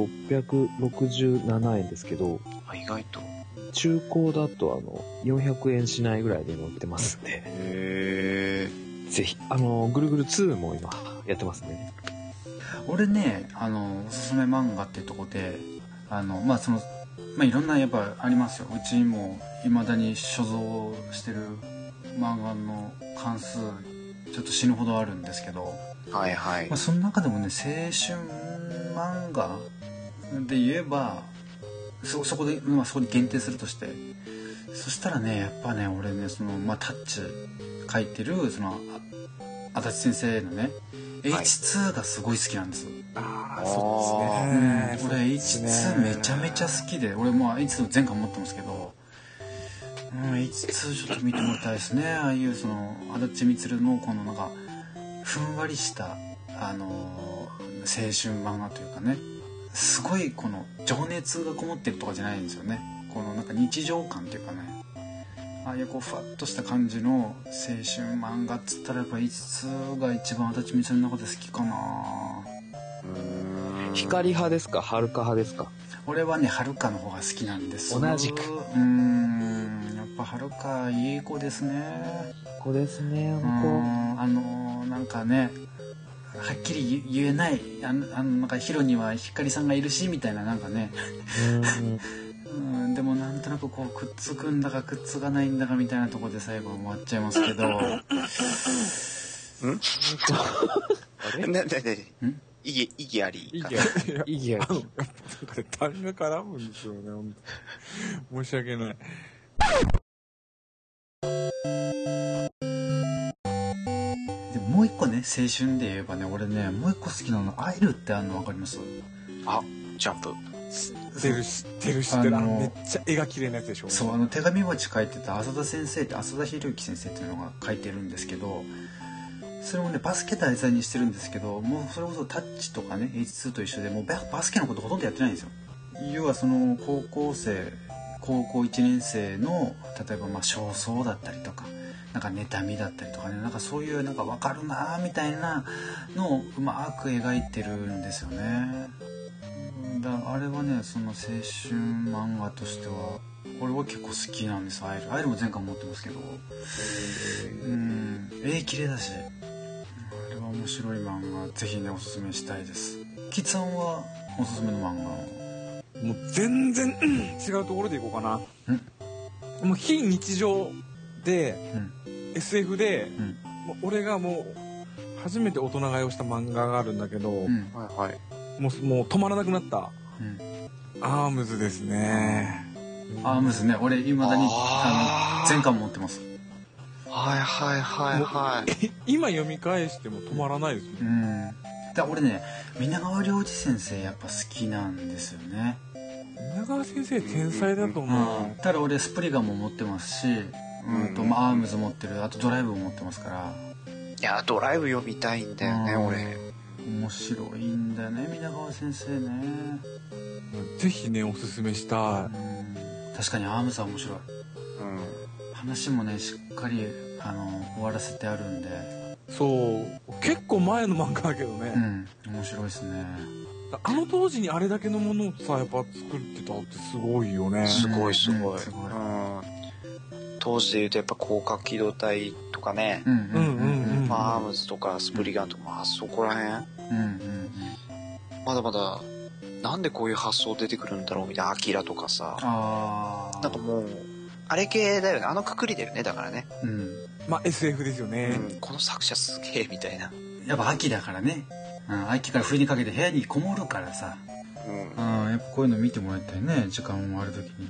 G: 667円ですけど、
B: あ、意外と。
G: 中古だとあの、400円しないぐらいで今売ってますんで、
B: へえ。
G: ぜひ、あの、ぐるぐる2も今やってますね。
C: 俺ねあのおすすめ漫画ってとこであのまあそのまあいろんなやっぱありますようちもいまだに所蔵してる漫画の関数ちょっと死ぬほどあるんですけど、
B: はいはい
C: まあ、。その中でもね青春漫画で言えばそそこで、まあ、そこに限定するとしてそしたらねやっぱね俺ねその、まあ、タッチ書いてるそのあ足立先生のね
B: はい
C: H2 がすごい好きなんです、
F: あ
B: あ
F: あ、
B: ー
F: そうですね。
C: 俺 H2 めちゃめちゃ好きで俺も H2 前回持ってますけど、うん、H2 ちょっと見てもらいたいですねああいうその足立満のこのなんかふんわりしたあのー青春漫画というかねすごいこの情熱がこもってるとかじゃないんですよねこのなんか日常感というかねああいうこうふわっとした感じの青春漫画っつったらやっぱ H2 が一番足立満の中で好きかな
G: 光派ですか遥か派ですか
C: 俺はねはるかの方が好きなんです
G: 同じく
C: うーんやっぱはるかいい子ですね
G: ここですね、
C: うーんあのーなんかねはっきり言言えないあのあのなんかヒロには光さんがいるしみたいななんかね
G: うん。
C: うんでもなんとなくこうくっつくんだかくっつかないんだかみたいなところで最後終わっちゃいますけ ど
B: な、な、な、
C: ん
B: 意義、意義あり。
G: 意義ある。意義あ
F: あの
G: る。
F: やっぱなんかねタレが絡むんですよね、本当に申し訳ない。
C: でもう一個ね青春で言えばね俺ねもう一個好きなの「アイル」ってあるの分かります
B: ジャンプ。
F: 知ってる、知ってる、知ってる。
C: あ
F: あ
C: の
F: のめっちゃ絵が綺麗なやつでしょ。
C: そうあの手紙鉢書いてた浅田先生って浅田博之先生っていうのが書いてるんですけどそれもねバスケ題材にしてるんですけどもうそれこそタッチとかね H2 と一緒でもうババスケのことほとんどやってないんですよ要はその高校生高校1年生の例えばまあ焦燥だったりとかなんか妬みだったりとかねなんかそういうなんか分かるなーみたいなのをうまく描いてるんですよねうんだあれはねその青春漫画としては俺は結構好きなんですアイルアイルも前回持ってますけどうん絵綺麗だしあれは面白い漫画ぜひねおすすめしたいですキッさんはおすすめの漫画を
F: もう全然、うん違うところでいこうかな。もう非日常で、
C: うん
F: SF で、
C: うん
F: もう俺がもう、初めて大人買いをした漫画があるんだけど、
C: うん
B: はいはい。
F: もう、もう止まらなくなった。
C: うん
F: アームズですね。
C: アームズね俺いまだに
B: あ
C: あ
B: ー
C: の全巻持ってます
B: はいはいはいはい。
F: 今読み返しても止まらないです
C: う
F: ね。
C: んだ俺ね皆川良二先生やっぱ好きなんですよね
F: 皆川先生天才だと思う。
C: ただ俺スプリガンも持ってますしうんとまあアームズ持ってるあとドライブも持ってますから
B: いや、ドライブ読みたいんだよね、
C: うん
B: 俺。
C: 面白いんだよね皆川先生ね
F: ぜひね、おすすめした
C: うん確かにアームさん面白い
B: うん。
C: 話もねしっかりあの終わらせてあるんで
F: い。そう。結構前の漫画だけどね。
C: うん面白いですね
F: あの当時にあれだけのものをさ、やっぱ作ってたってすごいよね。
B: すごいすご
C: うん
B: い。
C: すごい
B: うん。当時で言うとやっぱ広角機動隊とかね、
C: うんうん
F: うんうん
B: まあアームズとかスプリガンとか、まあそこら辺、
C: うんうん
B: まだまだ、なんでこういう発想出てくるんだろうみたいな、アキラとかさ。
C: ああ
B: なんかもう、あれ系だよね。あのくくりだよね、だからね。
C: うん
F: まあ SF ですよね。
B: うんこの作者すげえ、みたいな。
C: やっぱ秋だからね、うん、秋から冬にかけて部屋にこもるからさ、
B: うん
C: うん、。やっぱこういうの見てもらいたいね時間もある時に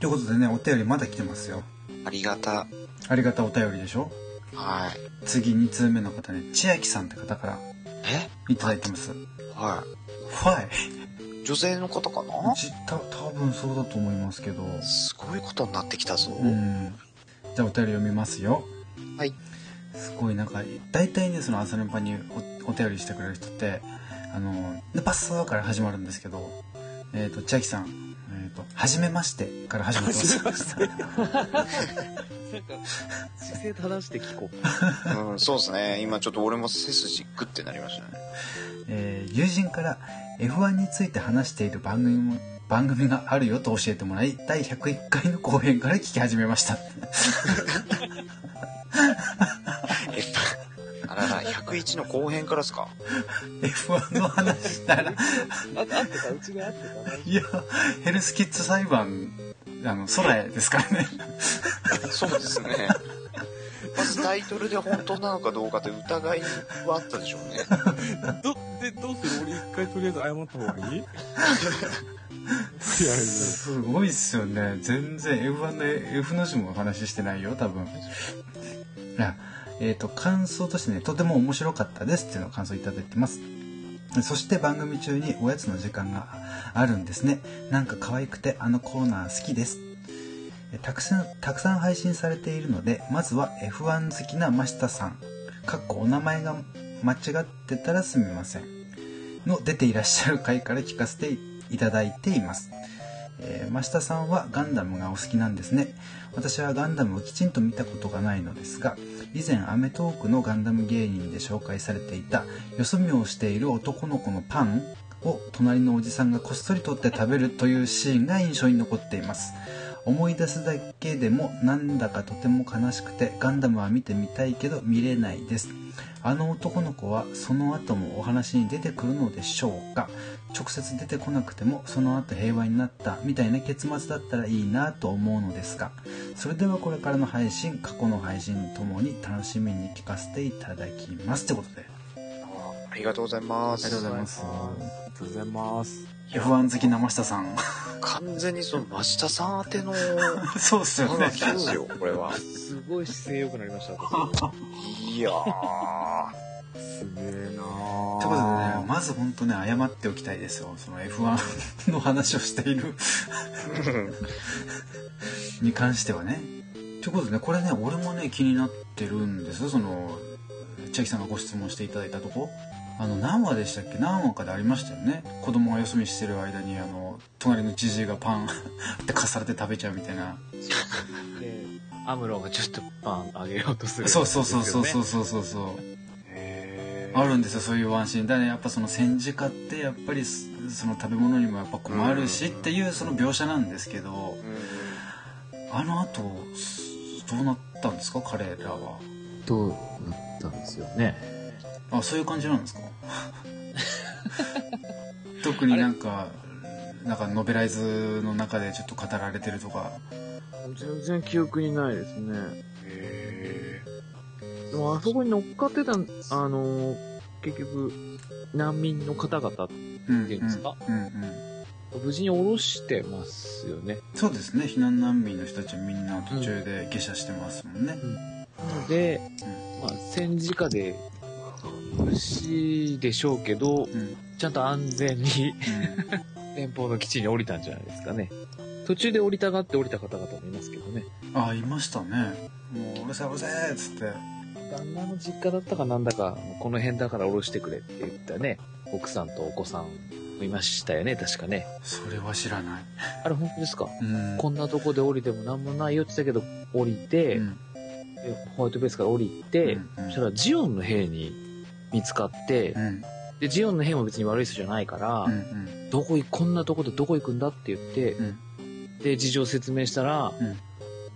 C: ということでねお便りまだ来てますよ
B: ありがた。
C: ありがたお便りでしょ
B: はい。
C: 次2通目の方ね千秋さんって方から
B: え
C: いただいてます
B: は
C: ファイ
B: い。女性の方かな
C: ちた多分そうだと思いますけど
B: すごいことになってきたぞ。
C: うんじゃあお便り読みますよ
B: はい
C: すごいなんか大体ねその朝のパにおお便りしてくれる人ってあの「ヌパッサー」から始まるんですけどえっ、と千秋さん「えー、とはじめまして」から始まってます
F: はじめまして
G: なんか、姿勢正して聞こう。
B: うん、そうですね。今ちょっと俺も背筋グッてなりましたね。
C: えー友人から「F1 について話している番組も番組があるよ」と教えてもらい第101回の後編から聞き始めました
B: あらら、101 F1 の後編からですか
C: F1 の話したら、
G: ああってた、うちがあって
C: いや、ヘルスキッズ裁判、あの、空へですからね。
B: そうですね。まずタイトルで本当なのかどうかって疑いはあったでしょうね。
F: ど、で、どうする俺一回とりあえず謝った方がいいとりあえず。
C: すごいっすよね。全然 F1 で F の字もお話ししてないよ、多分。いや、えっ、と、感想としてね、とても面白かったですっていうのを感想いただいてます。そして番組中におやつの時間があるんですね。なんか可愛くてあのコーナー好きです。えたくさん、たくさん配信されているので、まずは F1 好きな真下さん、かっこお名前が間違ってたらすみません。の出ていらっしゃる回から聞かせていただいています。えー、増田さんはガンダムがお好きなんですね私はガンダムをきちんと見たことがないのですが以前『アメトーーク』のガンダム芸人で紹介されていたよそ見をしている男の子のパンを隣のおじさんがこっそり取って食べるというシーンが印象に残っています思い出すだけでもなんだかとても悲しくてガンダムは見てみたいけど見れないですあの男の子はその後もお話に出てくるのでしょうか直接出てこなくてもその後平和になったみたいな結末だったらいいなと思うのですがそれではこれからの配信過去の配信ともに楽しみに聞かせていただきますってことで
B: ありがとうございます。
C: ありがとうござい ます
F: ありがとうございます。
C: F1 好き生下さん
B: 完全にその増田さん宛ての
C: そうっすよ
B: 話
C: ね
B: です よ、これは。
G: た。すごい姿勢良くなりました、私。
B: いやー。
F: すげえな
C: ということでねまず本当ね謝っておきたいですよその F1 の話をしているに関してはねということでねこれね俺もね気になってるんですよその千秋さんがご質問していただいたとこあの何話でしたっけ何話かでありましたよね子供がよそ見してる間にあの隣のじじいがパン ってかされて食べちゃうみたいな
G: で、アムロがちょっとパンあげようとする。
C: そうそうそうそうそうそうそうそうあるんですよそういうワンシーンだからやっぱその戦時下ってやっぱりすその食べ物にもやっぱ困るしっていうその描写なんですけどあの後すどうなったんですか彼らは
G: どうなったんですよね。
C: あそういう感じなん ですか特になんかなんかノベライズの中でちょっと語られてるとか
G: 全然記憶にないですね。でもあそこに乗っかってた、あのー結局、難民の方々、
C: うんうん
G: いいですか
C: うんうん
G: 無事に降ろしてますよね。
C: そうですね避難難民の人たちはみんな途中で下車してますもんね、
G: なので、まあ、戦時下で、無視でしょうけど、
C: うんうん
G: ちゃんと安全に連邦の基地に降りたんじゃないですかね。途中で降りたがって降りた方々もいますけどね。
C: あいましたねもううるせえうるせえっつって
G: 旦那の実家だったかなんだか、この辺だから降ろしてくれって言ったね、奥さんとお子さんもいましたよね、確かね。
C: それは知らない
G: あれ本当ですか
C: うん
G: こんなとこで降りてもなんもないよって言ってたけど、降りて、
C: うん
G: でホワイトベースから降りて、
C: うん
G: そしたらジオンの兵に見つかって、
C: うん
G: で、ジオンの兵も別に悪い人じゃないから、
C: うんうん
G: どこい、こんなとこでどこ行くんだって言って、
C: うん
G: で、事情を説明したら、
C: うん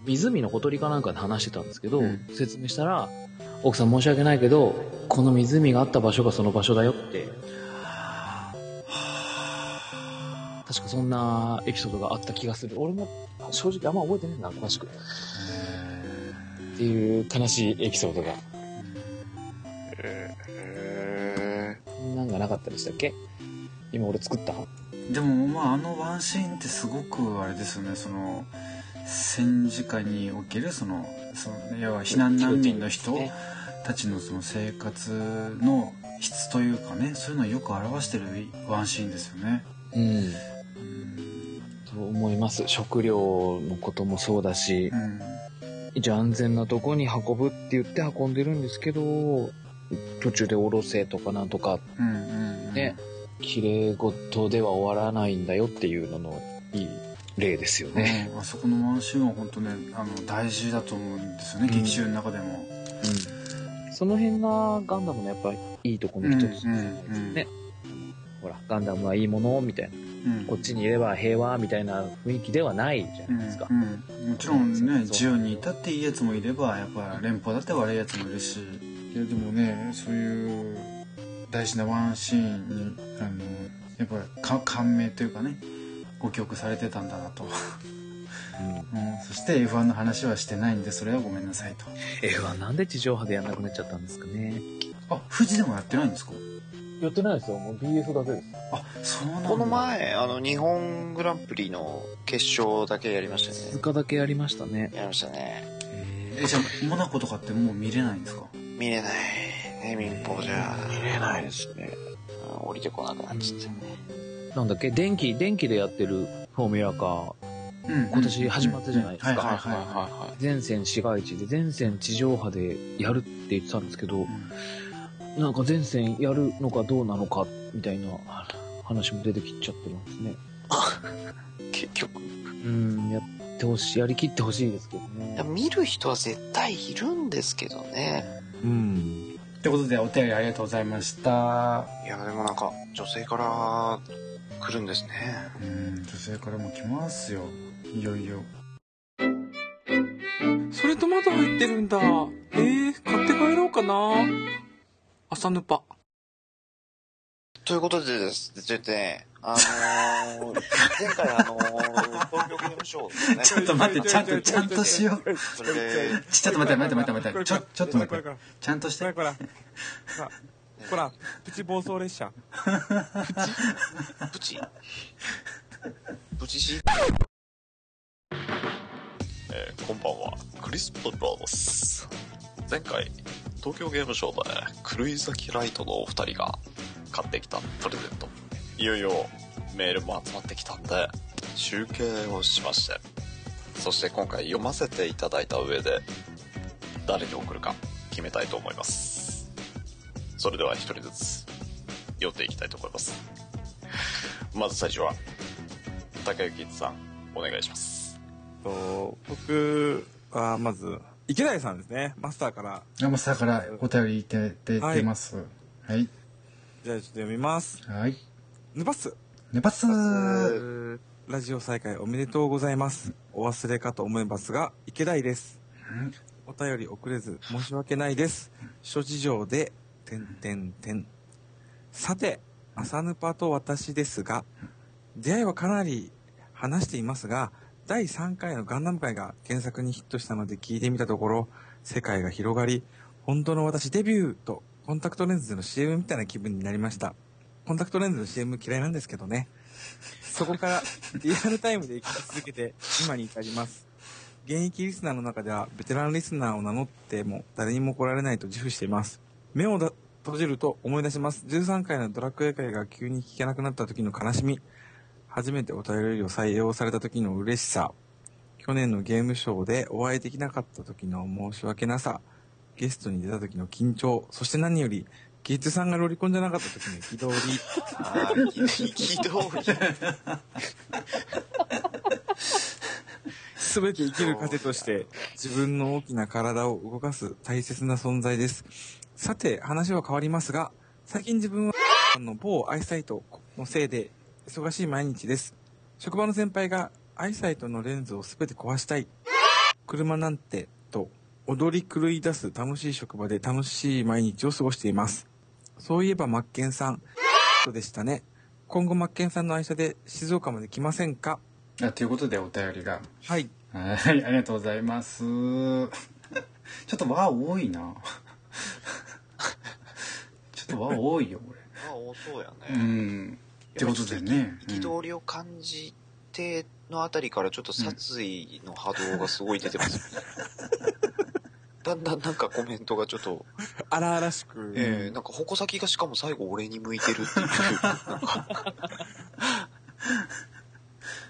G: 湖のほとりかなんかで話してたんですけど、
C: うん
G: 説明したら、奥さん申し訳ないけど、この湖があった場所がその場所だよって、確かそんなエピソードがあった気がする。俺も正直あんま覚えてないな、詳しく。っていう悲しいエピソードが。そんなんがなかったでしたっけ今俺作った
C: でもまああのワンシーンってすごくあれですよねその戦時下におけるそのその要は避難難民の人
G: ね
C: たちのその生活の質というかねそういうのをよく表してるワンシーンですよね。
G: うん。
C: うん
G: と思います。食料のこともそうだし
C: う、ん
G: 一応安全なとこに運ぶって言って運んでるんですけど、途中で降ろせとかなんとか、
C: うんうんうん
G: ね綺麗事では終わらないんだよっていうののいい例ですよね。
C: うんあそこのワンシーンは本当ねあの大事だと思うんですよね、
G: うん
C: 劇中の中でも。
G: その辺がガンダムのやっぱりいいとこの一つじゃないですかね。ほら、ガンダムはいいものみたいな。
C: うん
G: こっちにいれば平和みたいな雰囲気ではないじゃないですか
C: う。んうん、もちろん
G: そうそう
C: ねジオにいたっていいやつもいればやっぱ連邦だって悪いやつもいるしいやでもねそういう大事なワンシーンにあのやっぱりか感銘というかねご記憶されてたんだな と、うん、そして F1 の話はしてないんでそれはごめんなさいと
G: F1 なんで地上波でやんなくなっちゃったんですかね。
C: あ富士でもやってないんですか
H: やってないですよ。もう BS だけです。
C: あそうなんだ
B: この前、あの、日本グランプリの決勝だけやりました
G: 鈴
B: ね。
G: 鹿だけやりましたね。
B: やりましたね。
C: えじゃあモナコとかってもう見れないんですか
B: 見れない。ね、民放じゃ。見れないですね。降りてこなくなっちゃったよね。
G: なんだっけ電気、電気でやってるフォーミュラカー。
C: うん
G: 今年始まったじゃないですか
C: うんはいはいはいは
B: は
G: 全線市街地で全線地上波でやるって言ってたんですけど
C: い、うん
G: なんか全線やるのかどうなのかみたいな話も出てきちゃってますね。
B: い。結局。い
G: うん、やってほしい、やりきってほしいですけどね
B: や。見る人は絶対いるんですけどね。
I: うん。
C: ってことでお便りありがとうございました
B: いや、でもなんか、女性から来るんですね。
C: うん女性からも来ますよいよいよ
F: それトマト入ってるんだ。えー、買って帰ろうかな。朝ぬぱ。
B: ということでです、ちょっとね、あの ー、前回あのー、東京ゲームショウですね。
C: ちょっと待ってちゃんとちゃんとしよう
B: それで、
C: ちょっと待って待って待って待ってちょちょっと待ってちゃんとして
F: ほらほらほらほらプチ暴走列車
B: プチプチシ
A: えーこんばんは、クリス・パドラーです。前回、東京ゲームショウで狂い咲きライトのお二人が買ってきたプレゼント。いよいよメールも集まってきたんで、集計をしまして、そして今回読ませていただいた上で、誰に送るか決めたいと思います。それでは一人ずつ読んでいきたいと思います。まず最初は、竹内さん、お願いします。
E: と、僕はまず、池谷さんですね。マスターから。
C: 山下からお便りいただいて
E: はい
C: ますはい
E: じゃあちょっと読みます。
C: はい
E: ヌパス。
C: ねばっすー
E: ラジオ再開おめでとうございます。お忘れかと思いますが、池谷です。お便り遅れず申し訳ないです。諸事情で、てんてんてん。さて、朝ぬぱと私ですが、出会いはかなり話していますが、第3回のガンダム会が原作にヒットしたので聞いてみたところ、世界が広がり、本当の私デビューとコンタクトレンズの CM みたいな気分になりました。コンタクトレンズの CM 嫌いなんですけどね。そこからリアルタイムで生き続けて今に至ります。現役リスナーの中ではベテランリスナーを名乗っても誰にも怒られないと自負しています。目をだ閉じると思い出します。13回のドラクエ会が急に聞けなくなった時の悲しみ。初めてお便りを採用された時の嬉しさ。去年のゲームショーでお会いできなかった時の申し訳なさ。ゲストに出た時の緊張。そして何より、ゲッツさんがロリコンじゃなかった時の憤り。
B: あー、きき通り。
E: すべて生きる糧として、自分の大きな体を動かす大切な存在です。さて、話は変わりますが、最近自分は、あの某アイサイトのせいで、忙しい毎日です。職場の先輩が、アイサイトのレンズをすべて壊したい。車なんて、と、踊り狂い出す楽しい職場で楽しい毎日を過ごしています。そういえば、マッケンさん、そうでしたね。今後、マッケンさんの愛車で静岡まで来ませんか
C: あということでお便りが
E: はい。
C: はいありがとうございます ちょっと和多いな ちょっと和多いよこれ
B: まあ、多そうや
C: う
B: ね。
C: んってことでねうん
B: 憤りを感じてのあたりからちょっと殺意の波動がすごい出てます よね。だんだんなんかコメントがちょっと、
E: 荒々しく。
B: えー、なんか矛先がしかも最後俺に向い てるっていう、なんか。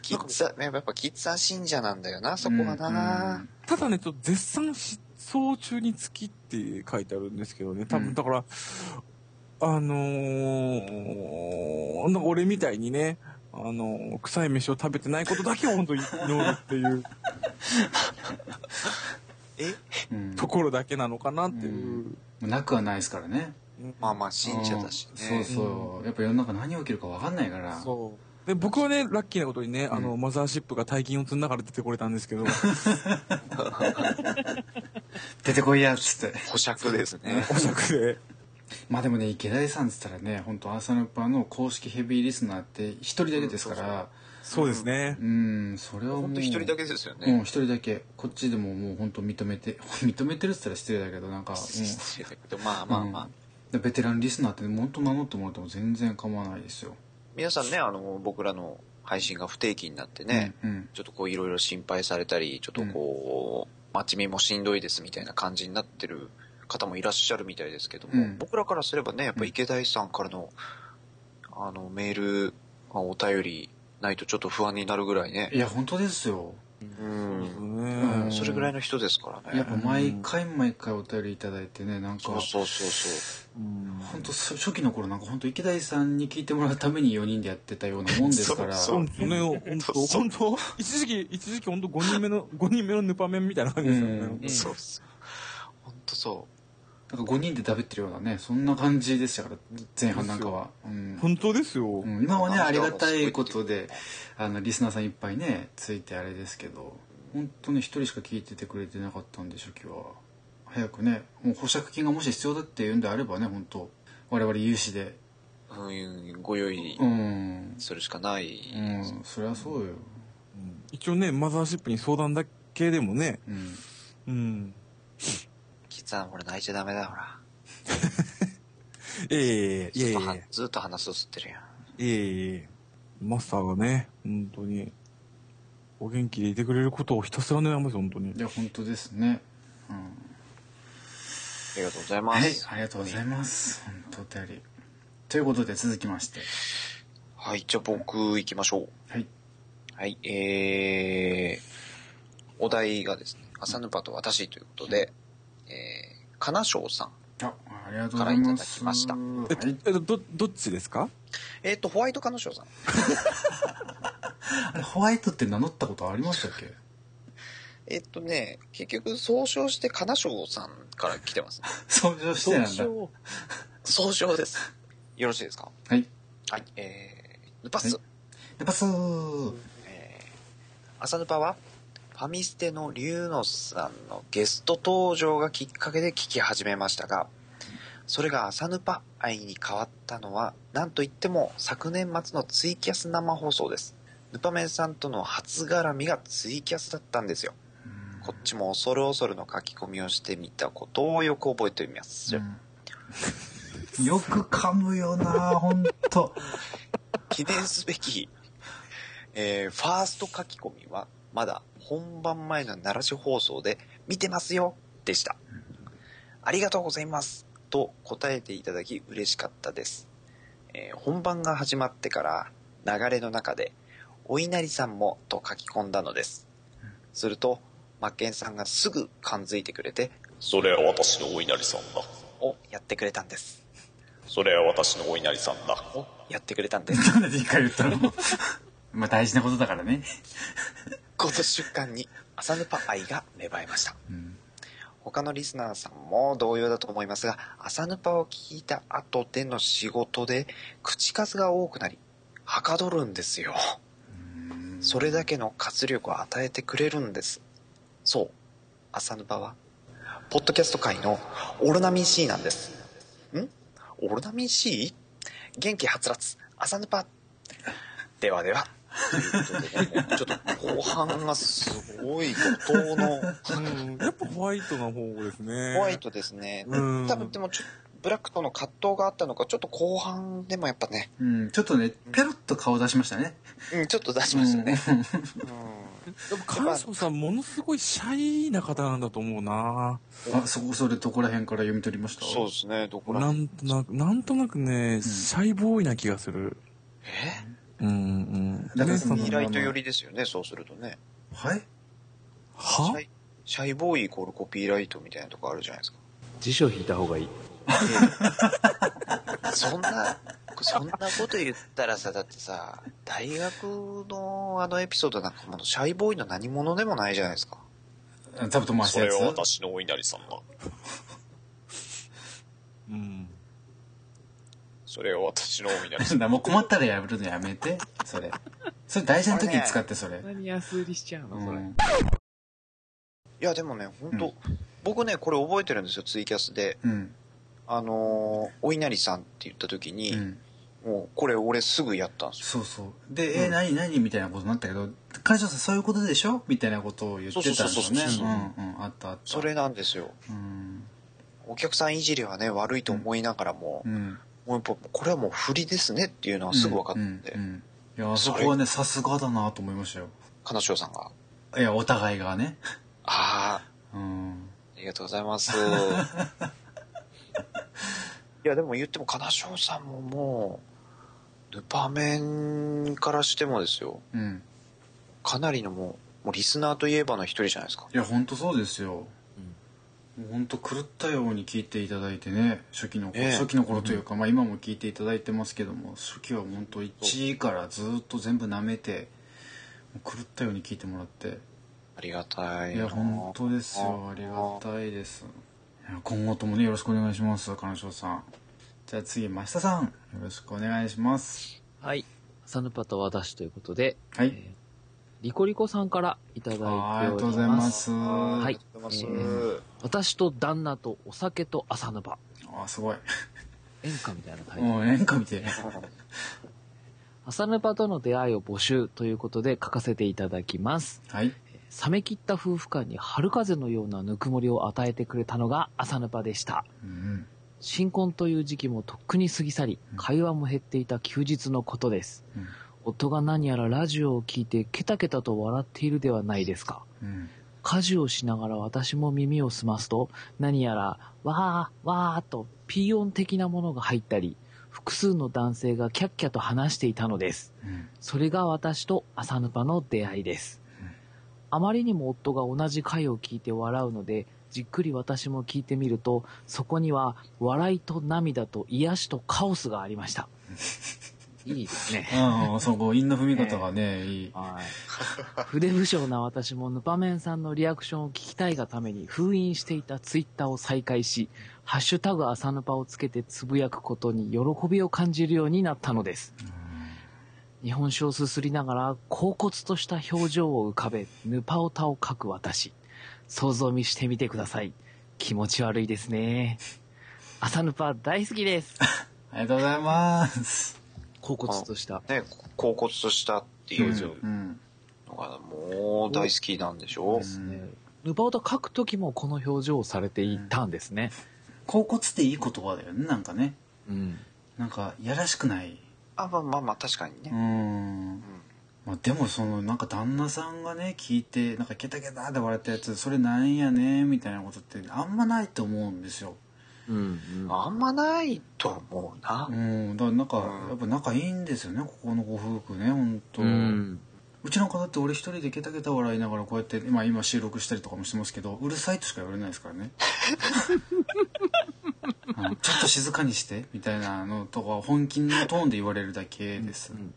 B: キッズさん、やっぱキッズさん信者なんだよな、そこがな。
C: うん
E: ただね、ちょっと絶賛失踪中につきって書いてあるんですけどね、多
C: うん
E: 分だから、あのー、なんか俺みたいにね、あのー臭い飯を食べてないことだけを本当に祈るっていう
C: うん
E: ところだけなのかなっていう。
C: なくはないですからね
B: まあまあ信者だし
C: うん
B: ね。
C: そうそうやっぱ世の中何起きるか分かんないから
E: そう。で、僕はね、ラッキーなことにね、あの、マザーシップが大金を積んだから出てこれたんですけど、
C: 出てこいやっつって
B: 保釈ですね。
E: おそらくで。
C: まあでもね池田さんっつったらね本当アーサヌパの公式ヘビーリスナーって一人だけですから
E: そうですね
C: う。んそれはもう
B: 本当一人だけですよ
C: うん
B: ね。
C: 一人だけこっちでももう本当認めて 認めてるっつったら失礼だけどなんか、う
B: まあ
C: ん、
B: まあまあ。
C: うんベテランリスナーって本当名乗ってもらっても全然構わないですよ
B: 皆さんね、あの、僕らの配信が不定期になってね、
C: うんうん
B: ちょっとこういろいろ心配されたり、ちょっとこう、待ち見もしんどいですみたいな感じになってる方もいらっしゃるみたいですけども、
C: うん
B: 僕らからすればね、やっぱ池田さんからの、あの、メール、あお便りないとちょっと不安になるぐらいね。
C: いや本当ですよ
B: うん。
E: うん
B: それぐらいの人ですから
C: やっ
B: ね。
C: ぱ毎回毎回お便りいただいてねなんか
B: そうそうそうそう。
C: 本当そ初期の頃なんか本当池田さんに聞いてもらうために4人でやってたようなもんで すから
A: そう
E: 本当ね、本当、本当、一時期、一時期本当5人目の、5人目のヌパメンみたいな感じですよね。
C: うん
B: そうそう。ほんとそ
C: なんか5人で食べてるようなねそんな感じでしたから前半なんかは、うん
E: 本当ですよ。
C: うん今はねありがたいことであのリスナーさんいっぱいねついてあれですけど本当に1人しか聞いててくれてなかったんで初期は早くねもう保釈金がもし必要だっていうんであればね本当我々有志で
B: う。うん、ご用意
C: うん、
B: するしかない。
C: うん、そりゃそうよ、
E: 一応ね、マザーシップに相談だけでもね、
C: うん、
E: うん。
B: キッズは俺泣いちゃダメだほら。
E: いやいやいやいやい
B: ずっと
E: や
B: はいずっと話すすってるやん。
E: やいやいやマスターがね、本当に、お元気でいてくれることをひたすら願います、本当に
C: い。や本当ですね、うん
B: ありがとうございま
C: はい
B: す。
C: ありがとうございます本当お便りということで続きまして
B: はい、じゃあ僕行きましょう。
C: はい
B: はい、えー、お題がですね、朝ヌパと私ということで、えー、かなしょうさん。
C: あありがとうございま
B: か
C: す
B: らいただ
E: え
C: はい
E: えっと、ど、どっちですか
B: えっ、と、ホワイトかなしょうさん。
C: あれホワイトって名乗ったことありましたっ け
B: えっ、とね、結局総称してかなしょうさんから来てますね。
C: 想像してなんだ
B: 総称です。よろしいですか
C: はい
B: はい、えー、ヌパス。
C: はでパスー
B: えー、朝ヌパはファミステの龍之さんのゲスト登場がきっかけで聞き始めましたがそれが朝ヌパ愛に変わったのはなんといっても昨年末のツイキャス生放送ですヌパメンさんとの初絡みがツイキャスだったんですよこっちも恐る恐るの書き込みをしてみたことをよく覚えています、
C: うんよく噛むよなほんと
B: 記念すべき、えーファースト書き込みはまだ本番前の奈良市放送で見てますよでした。ありがとうございますと答えていただき嬉しかったです。えー本番が始まってから流れの中でお稲荷さんもと書き込んだのです。すると、マッケンさんがすぐ感づいてくれて、
A: それは私のお稲荷さんだ。
B: お、やってくれたんです。
A: それは私のお稲荷さんだ。
B: お、やってくれたんです。
C: なんで一回言ったの まあ大事なことだからね
B: この瞬間に朝ヌパ愛が芽生えました。
C: うん
B: 他のリスナーさんも同様だと思いますが、朝ヌパを聞いた後での仕事で、口数が多くなり、はかどるんですよ。それだけの活力を与えてくれるんです。そう、朝ヌパは、ポッドキャスト界のオルナミン C なんです。んオルナミン C? 元気はつらつ、朝ヌパ。ではでは。ということでねもうちょっと後半がすごい怒涛の。
E: うん。やっぱホワイトな方ですね。
B: ホワイトですね。
E: うん
B: 多分でもちょブラックとの葛藤があったのか、ちょっと後半でもやっぱね、
C: うんちょっとねペロッと顔出しましたね
B: うん、ちょっと出しましたね。
E: やっぱ、カンソさん、ものすごいシャイな方なんだと思うな
C: あそこそれどこら辺から読み取りました
B: そうですね、どこら
E: なんとなく、なんとなくね、シャイボーイな気がする。
B: え
E: うんうん。
C: だから
E: ねその
B: ミーライト寄りですよね、そうするとね。
C: はい
B: シ
E: は
B: ャイシャイボーイイコールコピーライトみたいなとこあるじゃないで すか。
G: 辞書引いた方がいい。
B: そんな、そんなこと言ったらさ、だってさ、大学のあのエピソードなんかもうシャイボーイの何者でもないじゃないですか。
C: 座布団回し
A: そ
C: たや
A: れ
C: つ
A: は私のお稲荷さんだ。
E: うん。
A: それは私のお稲荷 さんだ。
C: もう困ったらやるのやめてそれそれ大事な時に使ってそれ
G: 何安売りしちゃう
C: うん
B: いや、でもね、本当、
C: うん
B: 僕ね、これ覚えてるんですよ、ツイキャスで。
C: うん。
B: あのーお稲荷さんって言った時に、
C: うん。
B: もう、これ俺すぐやったんですよ。
C: そうそう。で、え、何、何みたいなことになったけど、会長さんそういうことでしょみたいなことを言ってたんですよね。
B: そうそうそうそう
C: うんうん。あったあった。
B: それなんですよ。
C: うん。
B: お客さんいじりはね、悪いと思いながらも、
C: うん。
B: もうやっぱ、これはもう振りですねっていうのはすぐ分かったんで、
C: うんうんうんいや、あそこはね、さすがだなと思いましたよ。
B: 金城さんが、
C: いや、お互いがね。
B: ああ、
C: うん。
B: ありがとうございます。いや、でも言っても、金城さんももう、ヌパメンからしてもですよ、
C: うん。
B: かなりのもう、もうリスナーといえばの一人じゃないですか。
C: いや、ほんとそうですよ。もうほんと狂ったように聞いていただいてね、初期の頃、
B: ねえ
C: 初期の頃というか、まあ今も聞いていただいてますけども、初期はほんと1位からずっと全部舐めて、もう狂ったように聞いてもらって。
B: ありがたい。
C: いや、本当ですよ。ありがたいです。いや今後ともね、よろしくお願いします、金城さん。じゃあ次、増田さん、よろしくお願いします。
G: はい。サヌパと私ということで、
C: はい。
G: えーリコリコさんからいただいております。
C: あーありがとうございます。
G: は。。
C: はい
G: 私と旦那とお酒と朝の場。
C: あーすごい。
G: 演歌みたいなタイトル。
C: もう演歌見て。
G: 朝の場との出会いを募集ということで書かせていただきます。
C: はい。
G: 冷め切った夫婦間に春風のようなぬくもりを与えてくれたのが朝の場でした。
C: うん
G: 新婚という時期もとっくに過ぎ去り
C: う、ん
G: 会話も減っていた休日のことです。
C: うん
G: 夫が何やらラジオを聞いてケタケタと笑っているではないですか。
C: うん。うん。
G: 家事をしながら私も耳を澄ますと、何やら、わー、わーと、ピー音的なものが入ったり、複数の男性がキャッキャと話していたのです。
C: うん。
G: それが私と朝ヌパの出会いです。あまりにも夫が同じ回を聞いて笑うので、じっくり私も聞いてみると、そこには笑いと涙と癒しとカオスがありました。いいですね。
C: ああ、そこ、韻の踏み方がね、いい。
G: はい、筆不詳な私もヌパメンさんのリアクションを聞きたいがために封印していたツイッターを再開し、ハッシュタグ朝ヌパをつけてつぶやくことに喜びを感じるようになったのです。日本酒をすすりながら、恍惚とした表情を浮かべ、ヌパオタを書く私。想像見してみてください。気持ち悪いですね。朝ヌパ大好きです。
C: ありがとうございます。
G: 恍惚とした。
B: ね、こ恍惚としたって
C: う
B: い
C: ん。
B: う
C: うん。
B: のが、もう大好きなんでしょ、
C: うん
G: ヌパオタ書くときもこの表情をされていたんですね。
C: 甲骨っていい言葉だよね、なんかね。
G: うん。
C: なんか、やらしくない。
B: あ、まあまあまあ、確かに
C: う
B: ね。
C: ん。まあ、でもそのなんか旦那さんがね聞いてなんかケタケタって笑ったやつそれなんやねみたいなことってあんまないと思うんですよ。
B: うんあんまないと思うな
C: う。ん、だからなんか
B: うん
C: やっぱ仲いいんですよねここのご夫婦ね本当。うちなんかだって俺一人でケタケタ笑いながらこうやって、まあ、今収録したりとかもしてますけどうるさいとしか言われないですからねあのちょっと静かにしてみたいなのとか本気のトーンで言われるだけです、
J: でも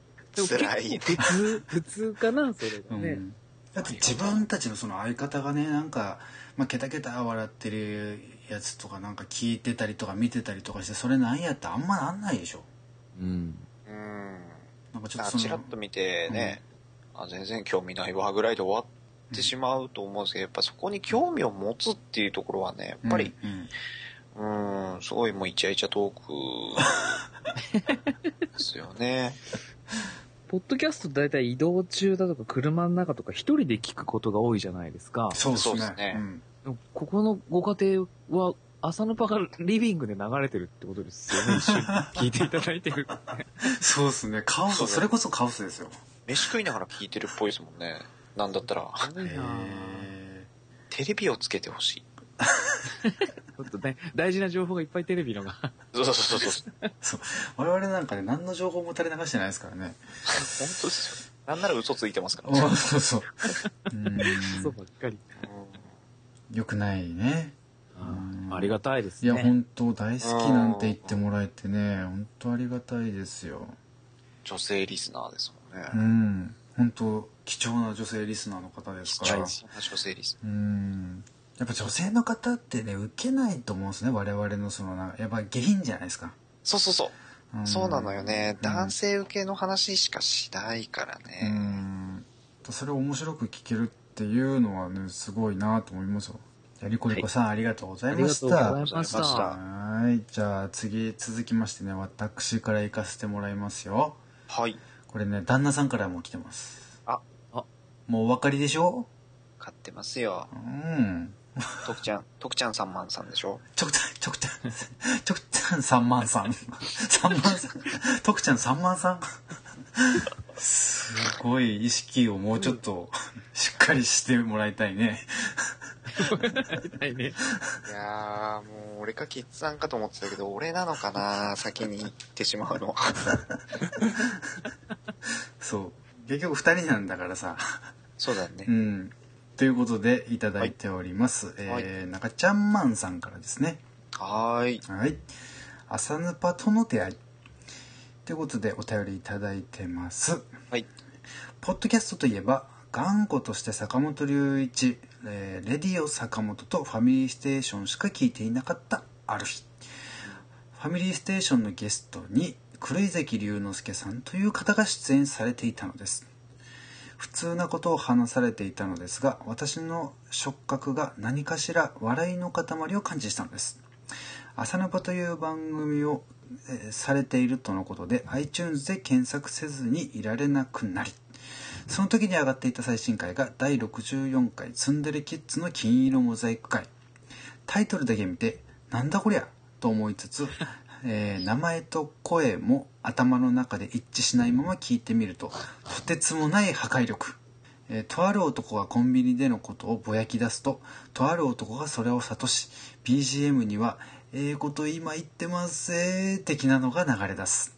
J: 結
B: 辛い
J: 構普通、普通かな、それが
C: う
J: ね。
C: んだって自分たちのその相方がねなんか、まあ、ケタケタ笑ってるやつとかなんか聞いてたりとか見てたりとかしてそれなんやってあんまなんないでしょ
G: うん。
B: うん。
C: なんかちょっ
B: なんか
C: とそ
B: チラ
C: の
B: ッと見てね、あ全然興味ないわぐらいで終わってしまうと思うんですけど、やっぱそこに興味を持つっていうところはね、やっぱり、、
C: うんうん
B: うん、んすごいもうイチャイチャトー クですよね。
J: ポッドキャスト大体移動中だとか車の中とか一人で聞くことが多いじゃないですか。
C: そうです
B: そうで
C: ね
B: すね
C: うん
J: でもここのご家庭は朝のパがリビングで流れてるってことですよね。一緒 に聞いていただいてる。
C: そうですねカオスそれこそカオスですよ
B: 飯食いながら聞いてるっぽいですもんね。なんだったら、
C: へー
B: テレビをつけてほしい。
J: ちょっとね、大事な情報がいっぱいテレビのが。
B: そうそうそうそう。
C: 我々なんかね何の情報も垂れ流してないですからね
B: 本当ですよ。 なんなら嘘ついてますから、
C: おー そうそ
J: そ
C: う
J: うばっかり。
C: よくないね
G: ありがたいです
C: いや、
G: ね。
C: 本当大好きなんて言ってもらえてね本当ありがたいですよ
B: 女性リスナーですもんね。
C: うん本当貴重な女性リスナーの方です
B: 貴
C: から
B: 重な女性リス
C: うんやっぱ女性の方ってね受けないと思うんですね我々のそのなやっぱ下品じゃないですか、
B: ナー。そうそうそう。
C: ん
B: そうなのよね。男
C: 性
B: 性受けの話しかしないから
C: う
B: ね。
C: んそれを面白く聞けるっていうのはねすごいなと思いますよじゃあ、リコリコさん、ありがとうございました。
K: ありがとうございました
C: はい。じゃあ、次、続きましてね、私から行かせてもらいますよ。
B: はい。
C: これね、旦那さんからも来てます。
B: あ、
K: あ
C: もうお分かりでしょ
B: 買ってますよ。
C: うん。
B: 徳ちゃん、徳ちゃんさんまんさんでしょ
C: ちょくちゃん、ちょくちゃん、 ちょくちゃん三万さん。 三万さん。とくちゃん三万さん。すごい意識をもうちょっとしっかりしてもらいたいね。
G: ないね。
B: いやー、もう俺かキッズさんかと思ってたけど、俺なのかな先に行ってしまうの。
C: そう。結局二人なんだからさ。
B: そうだね
C: う。ん。ということで、いただいております。えー、中ちゃんまんさんからですね。
B: はーい。
C: はい。朝ぬぱとの出会い。ということで、お便りいただいてます。
B: はい。
C: ポッドキャストといえば、頑固として坂本龍一、えーレディオ坂本とファミリーステーションしか聞いていなかったある日。ファミリーステーションのゲストに、黒井関龍之介さんという方が出演されていたのです。普通なことを話されていたのですが、私の触覚が何かしら笑いの塊を感じしたのです。朝の場という番組を、えーされているとのことで iTunes で検索せずにいられなくなりその時に上がっていた最新回が第64回「ツンデレキッズの金色モザイク回」タイトルだけ見てなんだこりゃと思いつつ、 えー名前と声も頭の中で一致しないまま聞いてみるととてつもない破壊力えーとある男がコンビニでのことをぼやき出すととある男がそれを諭し BGM には「ええこと今言ってますぜー」的なのが流れ出す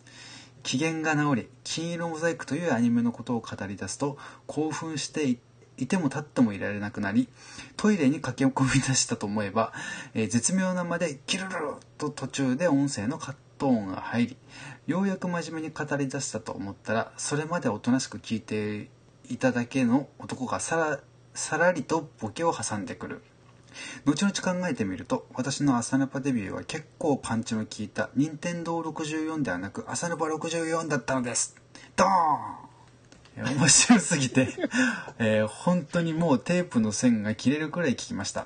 C: 機嫌が直り「金色モザイク」というアニメのことを語り出すと興奮していいても立ってもいられなくなりトイレに駆け込み出したと思えば、えー絶妙なまで「キルルル」と途中で音声のカット音が入りようやく真面目に語り出したと思ったらそれまでおとなしく聞いていただけの男がさらさらりとボケを挟んでくる後々考えてみると私の朝ヌパデビューは結構パンチの効いた任天堂64ではなく朝ヌパ64だったのですドーンいや面白すぎて、 えー本当にもうテープの線が切れるくらい聞きました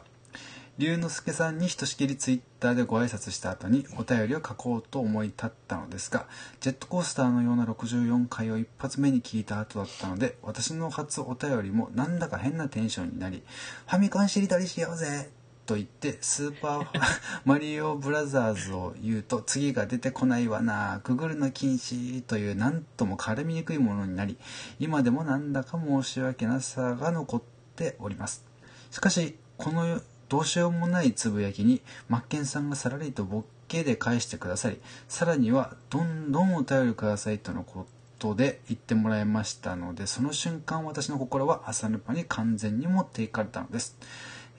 C: 龍之介さんにひとしきりツイッターでご挨拶した後にお便りを書こうと思い立ったのですがジェットコースターのような64回を一発目に聞いた後だったので私の初お便りもなんだか変なテンションになりファミコンしりとりしようぜと言ってスーパー マリオブラザーズを言うと次が出てこないわなくぐるの禁止というなんとも絡みにくいものになり今でもなんだか申し訳なさが残っておりますしかしこのどうしようもないつぶやきにマッケンさんがさらりとボッケで返してくださりさらにはどんどんお便りくださいとのことで言ってもらいましたのでその瞬間私の心は朝ヌパに完全に持っていかれたのです、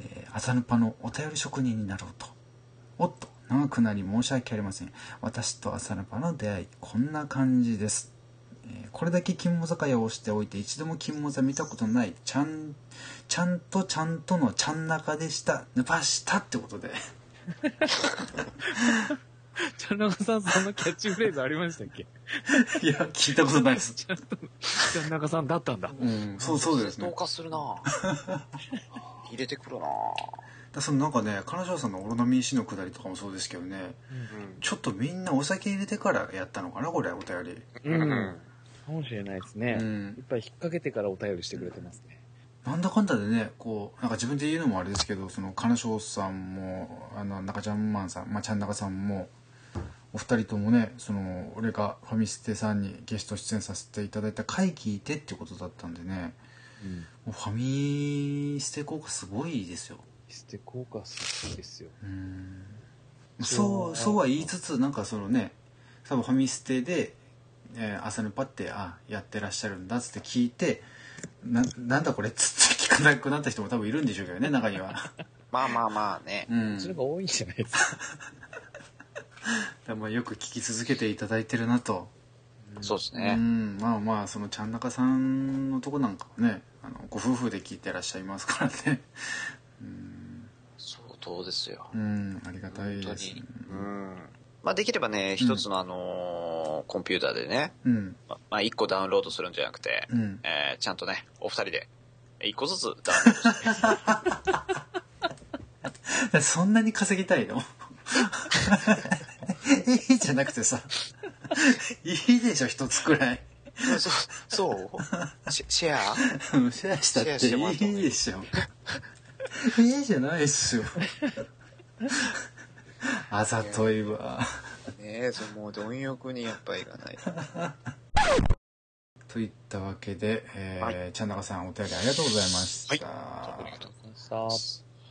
C: えー、朝ヌパのお便り職人になろうとおっと長くなり申し訳ありません私と朝ヌパの出会いこんな感じですえーこれだけ金モザ会をしておいて一度も金モザ見たことないちゃんちゃんとちゃんとのちゃん中でしたぬぱしたってことで
G: ちゃんなかさん、そんなキャッチフレーズありましたっ け
C: いや聞いたことないです
G: ちゃんと、ちゃんなかさんだったんだ。
C: うんそうそうですね
B: 同化する な入れてくるな
C: だそのなんかね彼女さんのオロナミン C のくだりとかもそうですけどね
B: う。
C: ちょっとみんなお酒入れてからやったのかなこれお便り
G: うんん。かもしれないですね。
C: う
G: い
C: ん
G: っぱい引っ掛けてからお便りしてくれてますね。
C: なんだかんだでねこうなんか自分で言うのもあれですけどその彼女さんもあの中ちゃんマンさん、まあ、ちゃん中さんもお二人ともねその俺がファミステさんにゲスト出演させていただいた回聞いてってことだったんでね
G: うん。
C: もうファミステ効果すごいですよ
G: 捨て効果すごいですよ。
C: うん
G: そ
C: そううそうは言いつつなんかそのね多分ファミステで、えー朝のパってあやってらっしゃるんだっつって聞いてななんだこれっつって聞かなくなった人も多分いるんでしょうけどね中には、
B: まあまあまあね。
C: うん
G: それが多いんじゃないですか。
C: でもよく聞き続けていただいてるなと、
B: そうです
C: う
B: ね。
C: んまあまあそのちゃん中さんのとこなんかはねあのご夫婦で聞いてらっしゃいますからね
B: 相当ですよ。
C: うんありがたい
B: 本
C: で
B: 当
C: す
B: に。うん。まあできればね、一つのあのーコンピューターでね、
C: うん
B: ままあ一個ダウンロードするんじゃなくて、
C: うん
B: えーちゃんとね、お二人で、一個ずつダウンロードして。
C: そんなに稼ぎたいの いいじゃなくてさ、いいでしょ、一つくらい。
B: そそうシェシェア
C: うんシェアしたっていいでしょ。いいじゃないっすよ。あざといわ。
B: ねえ、そのもう貪欲にやっぱいかない。
C: といったわけで、えー
B: は
C: ちゃんなかさんお便りありがとうございました。
K: さ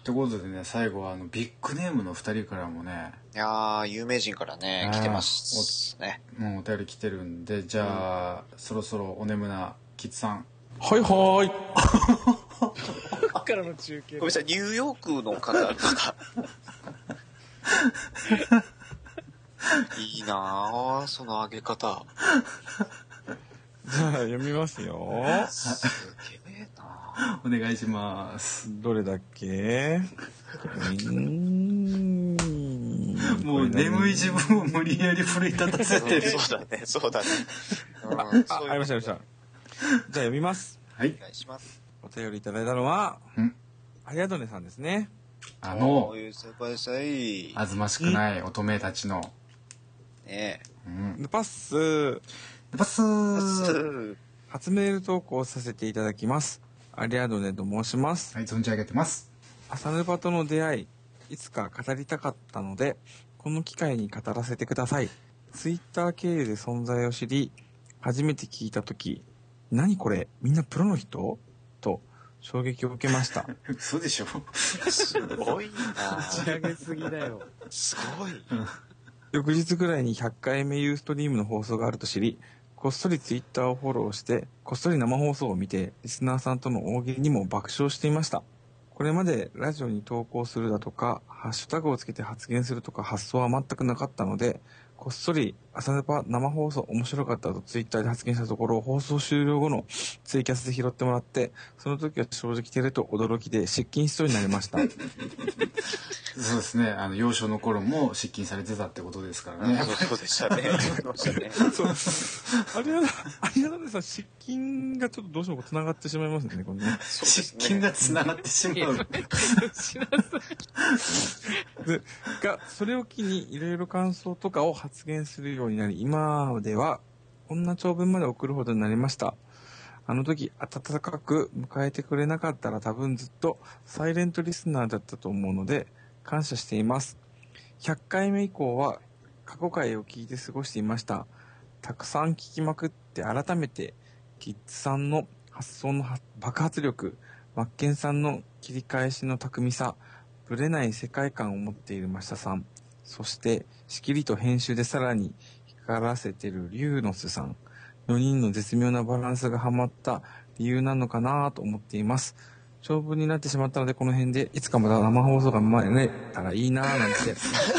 C: ということでね、最後はあのビッグネームの二人からもね、
B: いやー、有名人からね、来てますね。
C: もうお便り来てるんで、じゃあ、そろそろお眠なキッズさん。
F: はいはーい。
K: あからの中継
B: ごめんなさい、ニューヨークの方ですか。いいなあその上げ方。
E: じゃあ 読みますよ。
B: すげえなあ
C: お願いします。
E: どれだっけ
C: も
E: も
C: う眠い自分を無理やり奮い立たせてる。
B: そうだね、そうだね。うん
E: あ、ありました、ありました。じゃあ読みます。
C: はい
B: お。願いします。
E: お便りいただいたのは
C: うん、
E: ありがとねさんですね。
C: あ
B: こ
C: の
B: う、いう世界さい。
C: あずましくない乙女たちの、
B: ね
C: うん。
E: ヌパッス、
C: パス
B: え。
C: ー
E: 初メール投稿させていただきます。アリアドネと申します。
C: はい、存じ上げてます。
E: 朝ヌパとの出会い、いつか語りたかったので、この機会に語らせてください。ツイッター経由で存在を知り、初めて聞いたとき、何これみんなプロの人と衝撃を受けました。
C: 嘘でしょ
B: すごいな
K: 打ち上げすぎだよ。
B: すごい。
E: 翌日ぐらいに100回目ユーストリームの放送があると知り、こっそりツイッターをフォローして、こっそり生放送を見て、リスナーさんとの大喜利にも爆笑していました。これまでラジオに投稿するだとか、ハッシュタグをつけて発言するとか発想は全くなかったので、こっそり朝ネパ生放送面白かったとツイッターで発言したところ、放送終了後のツイキャスで拾ってもらって、その時は正直照れと驚きで失禁しそうになりました。
C: そうですね。あの、幼少の頃も失禁されてたってことですからね。
B: そうでしたね。そうでしたね。
E: そう。ありがありがとうさん、失禁がちょっとどうしても繋がってしまいますね、これね。
C: 失禁が繋がってしま う。
E: でが、それを機にいろいろ感想とかを発言するようになり、今ではこんな長文まで送るほどになりました。あの時、温かく迎えてくれなかったら多分ずっとサイレントリスナーだったと思うので、感謝しています。100回目以降は過去回を聞いて過ごしていました。たくさん聞きまくって改めて、キッズさんの発想のは爆発力、マッケンさんの切り返しの巧みさ、ぶれない世界観を持っている増田さん、そして、しきりと編集でさらに光らせてる龍之巣さん、4人の絶妙なバランスがハマった理由なのかなと思っています。長文になってしまったので、この辺で、いつかまた生放送が生まれたらいいなぁ なんて思い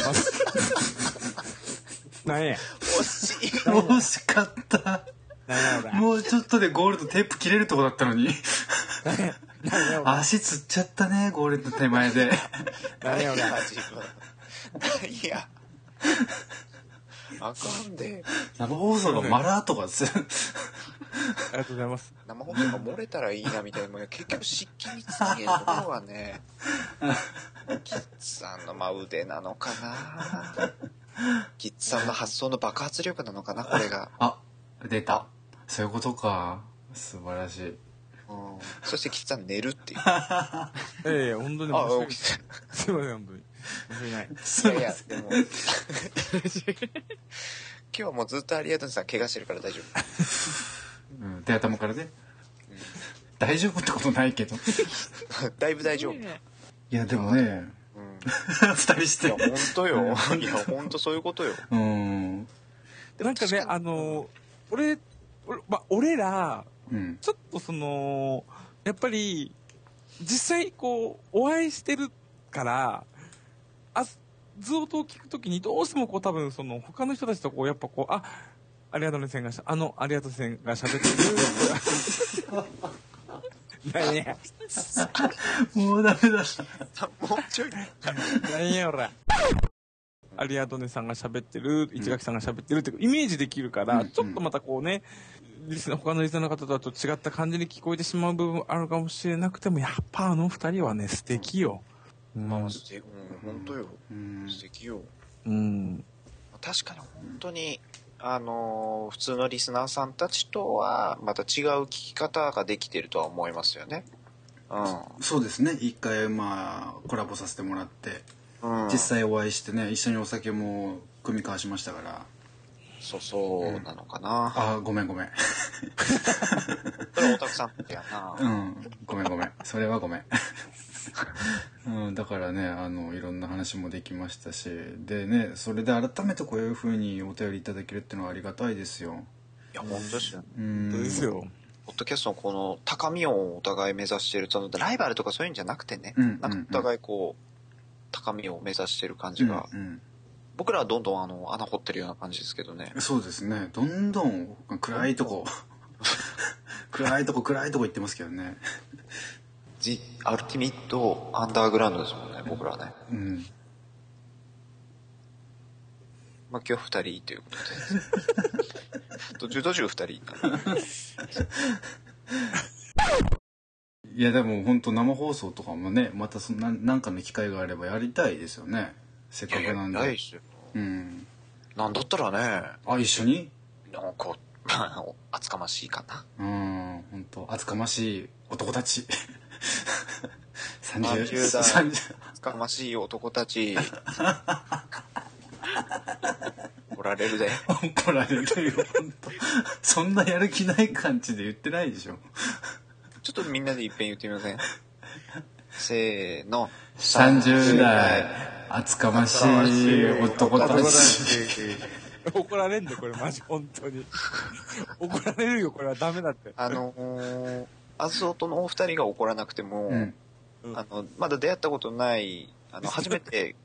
E: ます。なんや。
C: 惜しかった。
E: なんや、
C: もうちょっとでゴールドテープ切れるとこだった のに。
E: 俺。なんや、
C: 足つっちゃったね、ゴールド手前で。
E: 俺。なんや、俺。
B: 自分。いや。あかんで。
C: 生放送のマラーとかです。
E: ありがとうございます。
B: 生放送が漏れたらいいなみたいなもんね。結局湿気につけるところはね。キッズさんのまあ腕なのかな。キッズさんの発想の爆発力なのかな、これが。
C: あ、出た。そういうことか。素晴らしい。
B: うん、そしてキッズさん寝るっていう。
E: いやいや、本当に
B: あ
E: 申
B: 起き
E: し訳ない。すいません、本当に。申し訳ない。
B: いやいや、でも。今日はもうずっとアリアドンさん怪我してるから大丈夫。
C: うん、手頭からね。大丈夫ってこと ないけど。
B: だいぶ大丈夫。 うん。い
C: いや、でもね、 二人し
B: や、
C: て。
B: 本当よ。いや、本当そういうことよ。
C: うん。
E: なんかね、あのー、俺、俺、まあ、俺ら、
C: うん。
E: ちょっとその、やっぱり、実際こう、お会いしてるから、あ、ずっと聞くときに、どうしてもこう多分その、他の人たちとこう、やっぱこう、あ、ありがとうね、線がしゃ、あの、ありがとう線が喋ってる。なんや、
C: もうダメだ。
B: もうちょい。
E: なんや、俺。ありがとうねさんが喋ってる、市垣さんが喋ってるってイメージできるから、
C: うん
E: ちょっとまたこうね、リスナー他のリスナーの方とはちょっと違った感じに聞こえてしまう部分あるかもしれなくても、やっぱあの二人はね、素敵よ。うん
B: まあまあ素敵、うん、本当よ。
C: うん
B: 素敵よ。
E: うん。
B: 確かに本当に、あのー普通のリスナーさんたちとは、また違う聞き方ができてるとは思いますよね。う
C: そうですね一回まあコラボさせてもらって
B: ん。うん、
C: 実際お会いしてね一緒にお酒も酌み交わしましたから
B: そうそうなのかな。
C: あごめんごめん
B: それはオタクさんってやな。
C: うんごめんごめんそれはごめんうん、だからねあのいろんな話もできましたしでねそれで改めてこういうふうにお便りいただけるっていうのはありがたいですよ。
B: いや、本当ですよね。
C: うん
E: 本当ですよ。
B: ポッドキャストのこの高みをお互い目指してる、そのライバルとかそういうんじゃなくてね、
C: うんうん
B: なんかお互いこう、高みを目指してる感じが、
C: うん
B: 僕らはどんどんあの穴掘ってるような感じですけどね
C: う。ん、そうですねどんどん暗いとこ暗いとこ暗いとこ行ってますけどね。
B: ジ・アルティミット・アンダーグラウンドですもんね、僕らね。
C: うん
B: まあ今日二人ということ で。途中途中二人。
C: いやでも本当生放送とかもねまたそんななんかの機会があればやりたいですよねせっ
B: い
C: か
B: や
C: く
B: いや、
C: なんで
B: ないですよ。
C: うん
B: なんだったらね、
C: あ一緒に
B: なんか、 あの厚かましいかな。
C: うん本当厚かましい男たち 30,
B: 30代
C: 30
B: 厚かましい男た ち。おられるで。
C: 怒られてるよ本当そんなやる気ない感じで言ってないでしょ
B: ちょっとみんなでいっぺん言ってみませんせーの。
C: 30代厚かましい男たち
E: 怒られんで、これマジ、本当に。怒られるよ、これはダメだって。
B: あのー、アズオとのお二人が怒らなくても、
C: うん
B: あの、まだ出会ったことない、あの、初め て、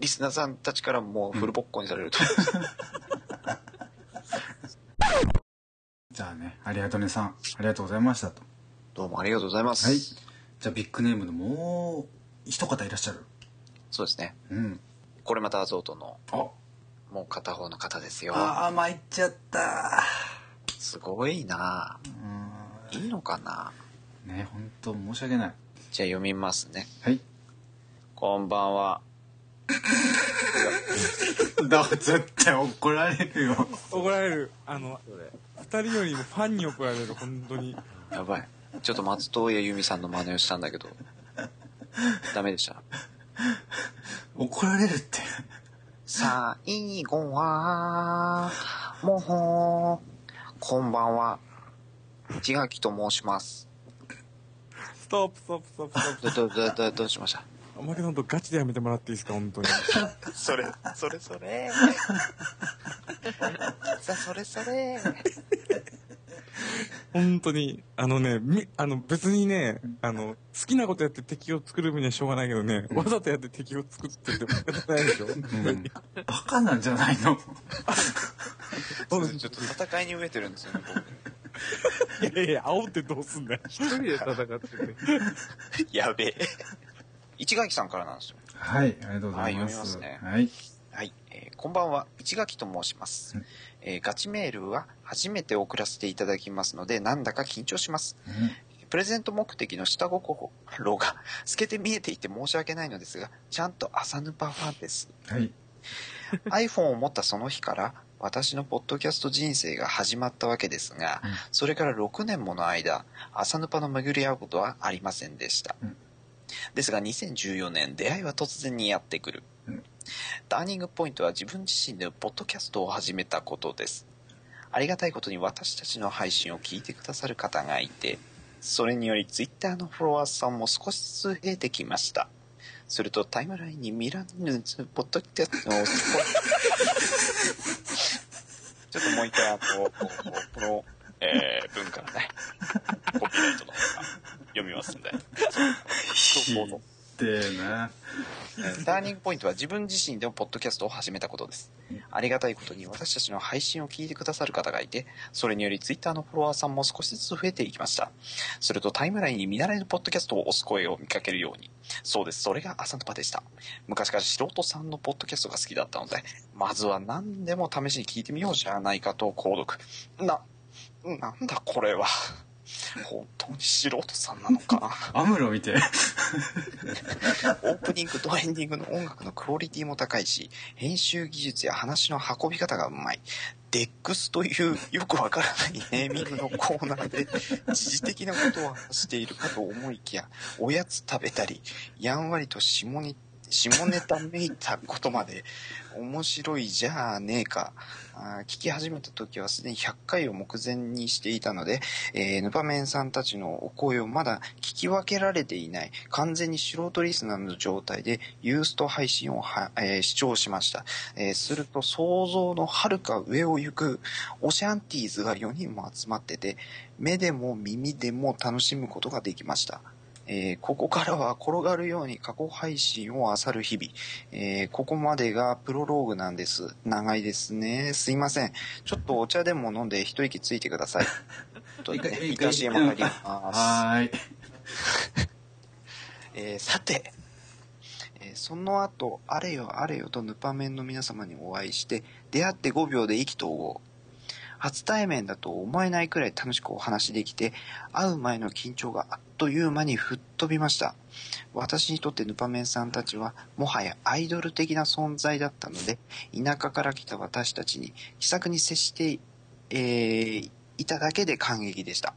B: リスナーさんたちからもうフルボッコにされると。
C: じゃあねありがとねさんありがとうございましたと
B: どうもありがとうございます。
C: はいじゃあビッグネームのもう一方いらっしゃる
B: そうですね。
C: うん
B: これまたアズオとの、
C: あ
B: もう片方の方ですよ。
C: ああ参っちゃった
B: すごいな
C: う
B: いいのかなん
C: ね本当申し訳ない
B: じゃあ読みますね。
C: はい
B: こんばんは。
C: だから絶対怒られるよ
E: 怒られる。あの、二人よりもファンに怒られる、本当に。
B: やばい。ちょっと松任谷由実さんの真似をしたんだけ ど、ダメでした。
C: 怒られるって
B: 最後は、もほー、こんばんは。千垣と申します。
E: ストップ、ストップ、ストップ、ストップ。
B: ど、ど、ど、ど、どうしました
E: おまけさんとガチでやめてもらっていいですか、本当に。
B: それ、それそれ。 さ、それそれ。
E: 本当に、あのね、み、あの別にね、あの、好きなことやって敵を作る分にはしょうがないけどね、わざとやって敵を作ってても仕方ないでしょ。
C: うんバカなんじゃないの
B: ちょっと戦いに飢えてるんですよね、
E: いやいや、煽ってどうすんだよ。
G: 一人で戦ってて。
B: 僕。やべえ。市垣さんからなんですよ。
C: はいありがとうござい
B: は
C: ます
B: い読みますね
C: はい
B: はい、えーこんばんは、市垣と申します、
C: うん
B: えーガチメールは初めて送らせていただきますので、なんだか緊張します。プレゼント目的の下心が透けて見えていて申し訳ないのですが、ちゃんと朝ヌパファンです。
C: うんはい
B: iPhone を持ったその日から、私のポッドキャスト人生が始まったわけですが、
C: うん
B: それから6年もの間、朝ヌパの巡り合うことはありませんでした。
C: うん
B: ですが、2014年、出会いは突然にやってくる。
C: うん
B: ダーニングポイントは自分自身でポッドキャストを始めたことです。ありがたいことに私たちの配信を聞いてくださる方がいて、それにより Twitter のフォロワーさんも少しずつ増えてきました。するとタイムラインにミラヌズポッドキャストのちょっともう一回あのこうこの、えー文からね
A: コピーライトの方が読みますんで。
C: ひでえな
B: ターニングポイントは自分自身でもポッドキャストを始めたことですありがたいことに私たちの配信を聞いてくださる方がいてそれによりツイッターのフォロワーさんも少しずつ増えていきましたするとタイムラインに見習いのポッドキャストを押す声を見かけるようにそうですそれが朝の場でした昔から素人さんのポッドキャストが好きだったのでまずは何でも試しに聞いてみようじゃないかと購読ななんだこれは本当に素人さんなのかな
C: アムロ見て。
B: オープニングとエンディングの音楽のクオリティも高いし、編集技術や話の運び方がうまい。デックスというよくわからないネーミングのコーナーで、 時事的なことを話しているかと思いきや、おやつ食べたり、やんわりと下に、下ネタめいたことまで、面白いじゃあねえか。あー聞き始めた時はすでに100回を目前にしていたので、えーヌパメンさんたちのお声をまだ聞き分けられていない完全に素人リスナーの状態でユースト配信をは、えー視聴しました、えーすると想像のはるか上を行くオシャンティーズが4人も集まってて目でも耳でも楽しむことができましたえーここからは転がるように過去配信を漁る日々、えーここまでがプロローグなんです長いですねすいませんちょっとお茶でも飲んで一息ついてくださいと、ね、いたし入ります
C: はーい。
B: えーさて、えーその後、あれよあれよとヌパメンの皆様にお会いして、出会って5秒で意気投合。初対面だと思えないくらい楽しくお話できて、会う前の緊張があっという間に吹っ飛びました。私にとってヌパメンさんたちは、もはやアイドル的な存在だったので、田舎から来た私たちに気さくに接して、えーいただけで感激でした。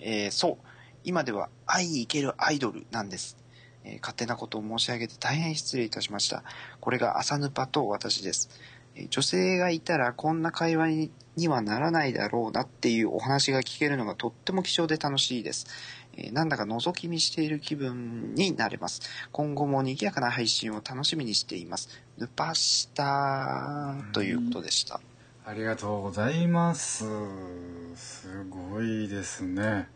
B: えーそう、今では会いに行けるアイドルなんです。えー勝手なことを申し上げて大変失礼いたしました。これが朝ヌパと私です。えー女性がいたらこんな会話ににはならないだろうなっていうお話が聞けるのがとっても貴重で楽しいです。えーなんだか覗き見している気分になれます。今後も賑やかな配信を楽しみにしています。ヌパしたということでした。
C: ありがとうございます。すごいですね。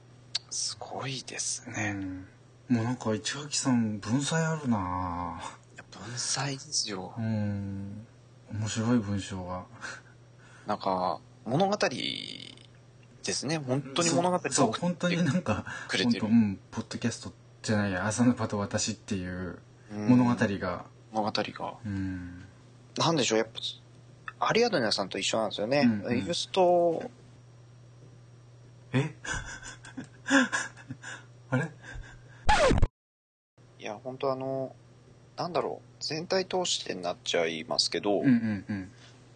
B: すごいですね。
C: ねもうなんか市垣さん文才あるなぁ
B: いや文才ですよ。
C: うん。面白い文章が。
B: なんか、物語ですね。本当に物語
C: そう、
B: く
C: 本当になんか、
B: くれてる
C: 本当うん、ポッドキャストじゃないや、朝のパと私っていう
B: うん
C: 物語が。
B: 物語が。
C: うん。
B: なんでしょう、やっぱ、アリアドネさんと一緒なんですよね。
C: うんうん
B: ユースト、
C: え あれ
B: いや、本当あの、なんだろう、全体通してになっちゃいますけど、
C: うんう
B: い
C: んうん。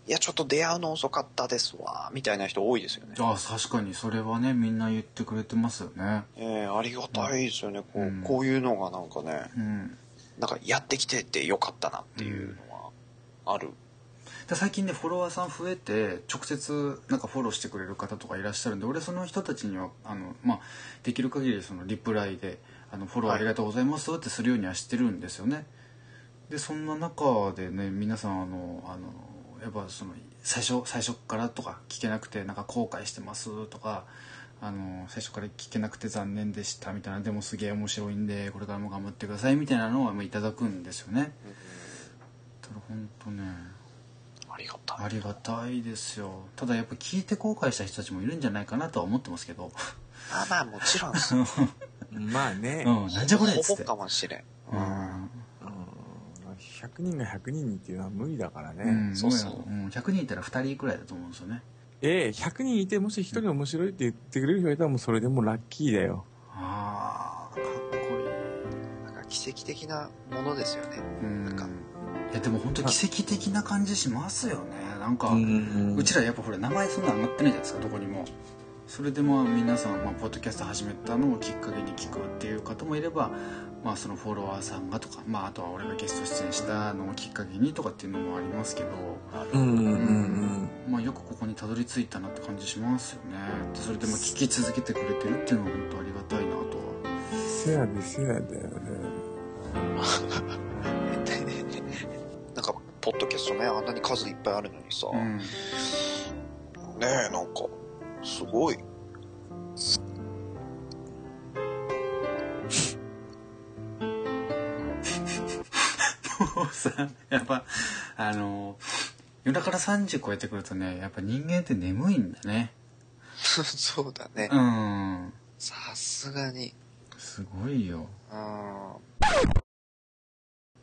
B: や、ちょっと出会うの遅かったですわ、みたいな人多いですよね。
C: ああ、確かにそれはね、みんな言ってくれてますよね。
B: ええありがたいですよね。こう、
C: うん
B: こういうのがなんかね、
C: うん。
B: なんかやってきててよかったなっていうのはある。
C: で最近ねフォロワーさん増えて直接なんかフォローしてくれる方とかいらっしゃるんで俺その人たちにはあの、まあ、できる限りそのリプライで「あのフォローありがとうございます」ってするようにはしてるんですよね。でそんな中でね皆さんあのあのやっぱその最初最初からとか聞けなくてなんか後悔してますとかあの最初から聞けなくて残念でしたみたいなでもすげえ面白いんでこれからも頑張ってくださいみたいなのはもういただくんですよね。ただ本当ね
B: ありがたい。
C: ありがたいですよただやっぱ聞いて後悔した人たちもいるんじゃないかなとは思ってますけど
B: まあまあ、もちろん です。
E: まあね、
C: うんなんじゃこれっつ
B: ほ
C: っ
B: ぼ
C: て
B: かもしれん。
C: うん
E: うん、100人が100人にっていうのは無理だからね、
C: うん
B: そうそうん
C: 100人いたら2人くらいだと思うんですよね
E: ええ100人いてもし1人面白いって言ってくれる人がいたらもうそれでもうラッキーだよ
C: ああかっこい
B: なんか奇跡的なものですよね。
C: いうん
B: なんか
C: いやでも本当奇跡的な感じしますよねなんか、
E: ん
C: うちらやっぱほら名前そんな上がってないじゃないですかどこにもそれでまあ皆さん、まあ、ポッドキャスト始めたのをきっかけに聞くっていう方もいれば、まあ、そのフォロワーさんがとか、まあ、あとは俺がゲスト出演したのをきっかけにとかっていうのもありますけど
E: うんうんうん
C: まあ、よくここにたどり着いたなって感じしますよねでそれでも聞き続けてくれてるっていうのは本当ありがたいなとは
E: せやでせやで
B: なんか、ポッドキャストね、あんなに数いっぱいあるのにさ、ね
C: ん
B: え、なんか、すごい。
C: もうさやっぱあの夜中から3時超えてくるとねやっぱ人間って眠いんだね
B: そうだね。
C: うん
B: さすがに。
C: すごいよ
B: うん。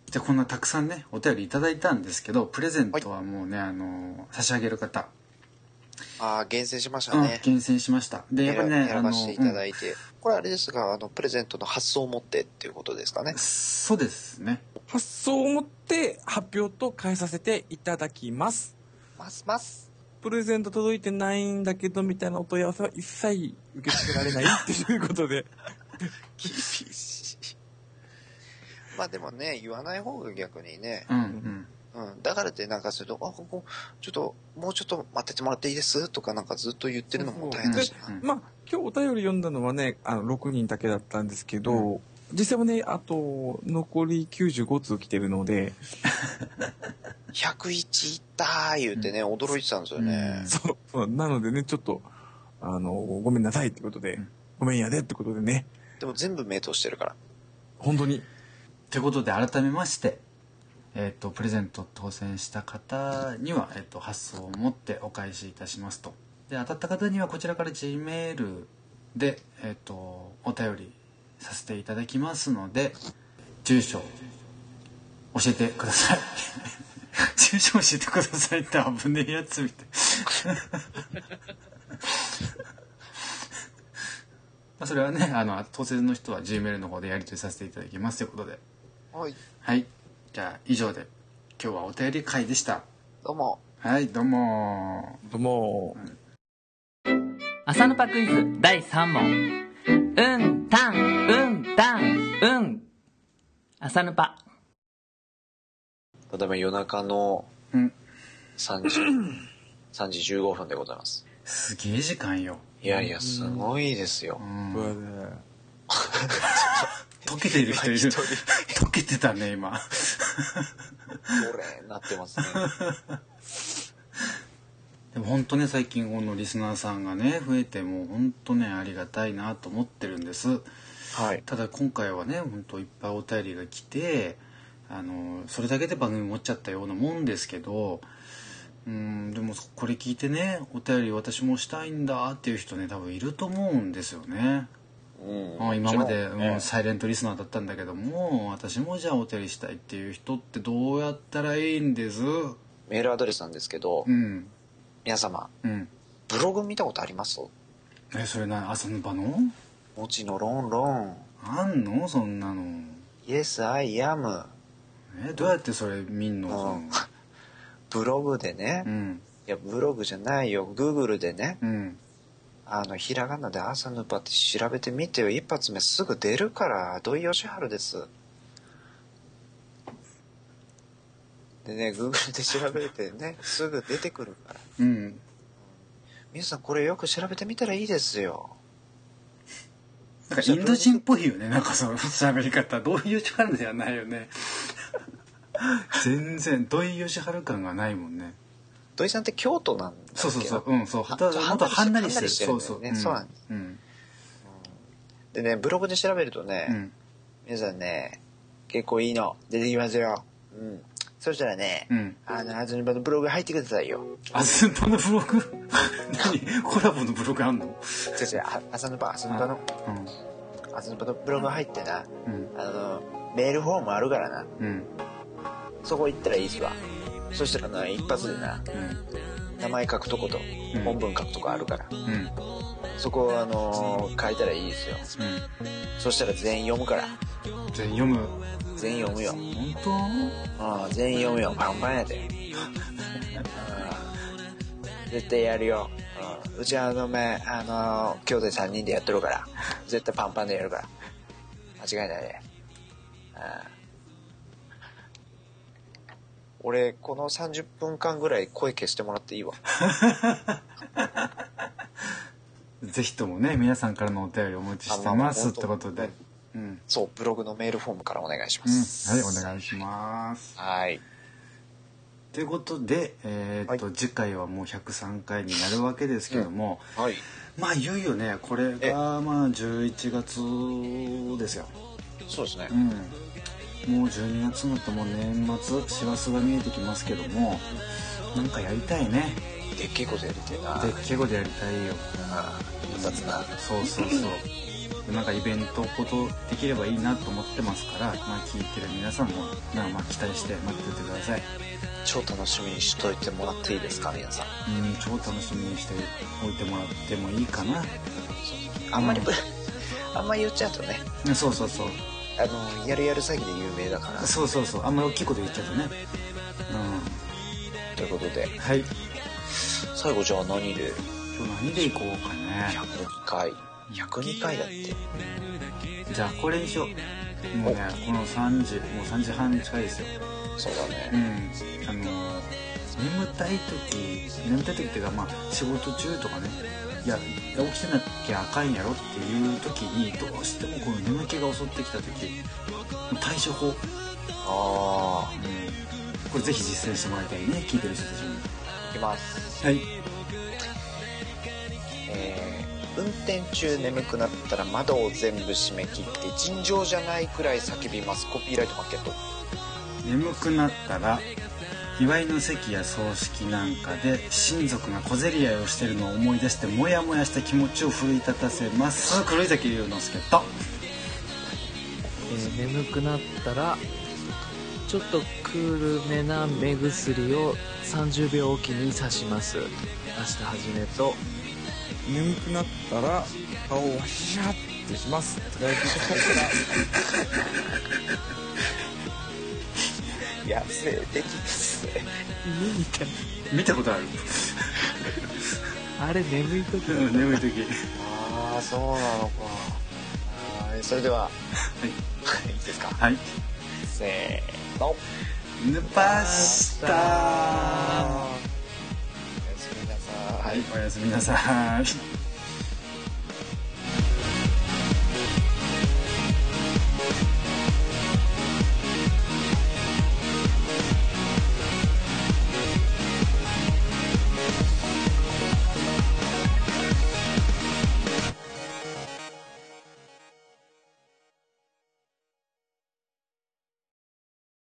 C: じゃあこんなたくさんねお便りいただいたんですけどプレゼントはもうね、あの差し上げる方
B: ああ、厳選しました
C: うん
B: ね。
C: 厳選しましたでやっぱりねあ
B: 選
C: の、
B: ばせていただ
C: うん
B: いて、これあれですが、あの、プレゼントの発想を持ってっていうことですかね。
C: そうですね
E: 発想を持って発表と変えさせていただきます。
B: ますます。
E: プレゼント届いてないんだけど、みたいなお問い合わせは一切受け付けられないっていうこと で。
B: 厳しい。 まあでもね、言わない方が逆にね、
C: うんうん
B: うん、だからってなんかすると、あ、ここ、ちょっと、もうちょっと待っててもらっていいですとかなんかずっと言ってるのも大変だしな。
C: うん
E: まあ、今日お便り読んだのはね、あの、6人だけだったんですけど、実際もね、あと、残り95通来てるので、
B: 101いったー言うてね、驚いてたんですよね。
E: そう、そうなのでね、ちょっと、あの、ごめんなさいってことで、ごめんやでってことでね、
B: でも全部名答してるから。
E: 本当に、
C: ということで改めまして、えっとプレゼント当選した方には、えっと発送を持ってお返しいたしますとで当たった方にはこちらから G メールで、えっとお便りさせていただきますので住所教えてください 住所教えてくださいって危ねえやつみたい まあそれはねあの当選の人は G メールの方でやり取りさせていただきますということで
B: はい。
C: はい。じゃあ、以上で、今日はお便り会でした。
B: どうも。
C: はい、どうも
E: どうも、
K: 朝のパクイズ第3問。うん、たん、うん、たん、うん。朝のパ。
B: ただいま夜中の
C: うん。
B: 3時、3時15分でございます。
C: すげえ時間よ。
B: いやいや、すごいですよ
C: う。ん。
E: うん
C: 溶けている人いる。溶けてたね、今。
B: これ、なって ますね。
C: でも本当ね、最近このリスナーさんがね、増えて、もう本当ね、ありがたいなと思ってるんです。
B: はい。
C: ただ今回はね、本当いっぱいお便りが来て、あの、それだけで番組持っちゃったようなもんですけど、うん、でもこれ聞いてね、お便り私もしたいんだっていう人ね、多分いると思うんですよね。
B: うん
C: あ今まで、
B: もちろん
C: うん、サイレントリスナーだったんだけども私もじゃあお便りしたいっていう人ってどうやったらいいんですう
B: メールアドレスなんですけど、
C: ん
B: 皆様、
C: うん
B: ブログ見たことあります
C: えそれな朝の場の
B: もちのロンロン。
C: あんのそんなの
B: Yes, I am.
C: えどうやってそれ見んの
B: うんブログでね、
C: そのう
B: い
C: ん
B: や、ブログじゃないよ。Google でね、
C: うん
B: あの、ひらがなで朝ヌパって調べてみてよ。一発目すぐ出るから、土井善晴です。でね、Google で調べてね、すぐ出てくるから。
C: うん
B: 皆さんこれよく調べてみたらいいですよ。
C: なんかインド人っぽいよねなんかその喋り方どういう力ではないよね全然土井善晴感がないもんね
B: 土井さんって京都なんだっけ
C: そうそうそううんそう
B: は
C: た
B: ちょ
C: もっとはんなりしてる
B: はん
C: そ
B: な
C: う
B: りしてるんだよ
C: そう
B: ねそうなんです
C: うん
B: でね、ブログで調べるとね、
C: うん
B: 皆さんね、結構いいの出てきますよ。うん。そしたらね、
C: うん
B: あの、アズニバのブログ入ってくださいよ。
C: あずんぱのブログ 何コラボのブログあんの
B: 違う違う、あアズニバ、アズニバの、アズニバのブログ入ってな、
C: うんうん
B: あの、メールフォームあるからな、
C: うん
B: そこ行ったらいいっすわ。そしたらな、一発でな、名前書くとこと、
C: うん
B: 本文書くとこあるから、
C: うんうん
B: そこをあのー書いたらいいですよ。そしたら全員読むから、
C: 全員読む
B: 全員読むよ。
C: 本
B: ああ全員読むよパンパンやでああ絶対やるよああうちはあのめあの兄弟3人でやってるから絶対パンパンでやるから間違いないねああ俺この30分間ぐらい声消してもらっていいわ
C: 当ぜひともね皆さんからのお便りお待ちしてますってことでうん、うん、
B: そうブログのメールフォームからお願いしま
C: はいお
B: す、
C: 願いします
B: はい
C: ということで、えーっと次回はもう103回になるわけですけども、
B: はい
C: まあいよいよねこれ
B: え
C: がまあ11月ですよ
B: そうですね
C: うん、もう12月のともう年末師走が見えてきますけどもなんかやりたいね
B: でっけえことやりてえな
C: で敬語でやりたいよ
B: ああ複雑な
C: そうそうそうなんかイベントことできればいいなと思ってますから、まあ、聞いてる皆さんも、まあ、まあ期待して待っててください。
B: 超楽しみにしといてもらっていいですか皆さん
C: うん、超楽しみにしておいてもらってもいいかな。
B: あんまりぶ あんまり言っちゃうとね
C: うんそうそうそう。
B: あのやるやる詐欺で有名だから
C: そうそうそう。あんまり大きいこと言っちゃうとね。
B: ということで
C: うん。はい。
B: 最後じゃあ何で
C: 今日何でいこうかね。
B: 102回102回だって
C: じゃあこれにしよう。もうね、この3時、もう3時半近いですよ。
B: そうだ
C: う
B: ね
C: ん、あの眠たい時眠たい時っていうかまあ仕事中とかねいや起きてなきゃあかんやろっていう時にどうしてもこの眠気が襲ってきた時対処法、うん、
B: あ
C: これぜひ実践してもらいたいね聞いてる人たちに
B: あいきます
C: はい
B: えー運転中眠くなったら窓を全部閉め切って尋常じゃないくらい叫びますコピーライトマーケット
C: 眠くなったら祝いの席や葬式なんかで親族が小競り合いをしてるのを思い出してモヤモヤした気持ちを奮い立たせます黒井崎龍之介と
K: えー眠くなったらちょっとクールめな目薬を30秒おきに刺します明日始めと
E: 眠くなったら顔をワシャッてし ます疲れてきた
B: 野生的ですね
K: 犬みたい
C: 見たことある
K: あれ眠い時
C: うん 眠い時
B: ああそうなのかはいそれでは、
C: い
B: いいですか
C: はい
B: せーのおや
C: ぬぱしたは
B: すみなさい
C: いおやすみなさい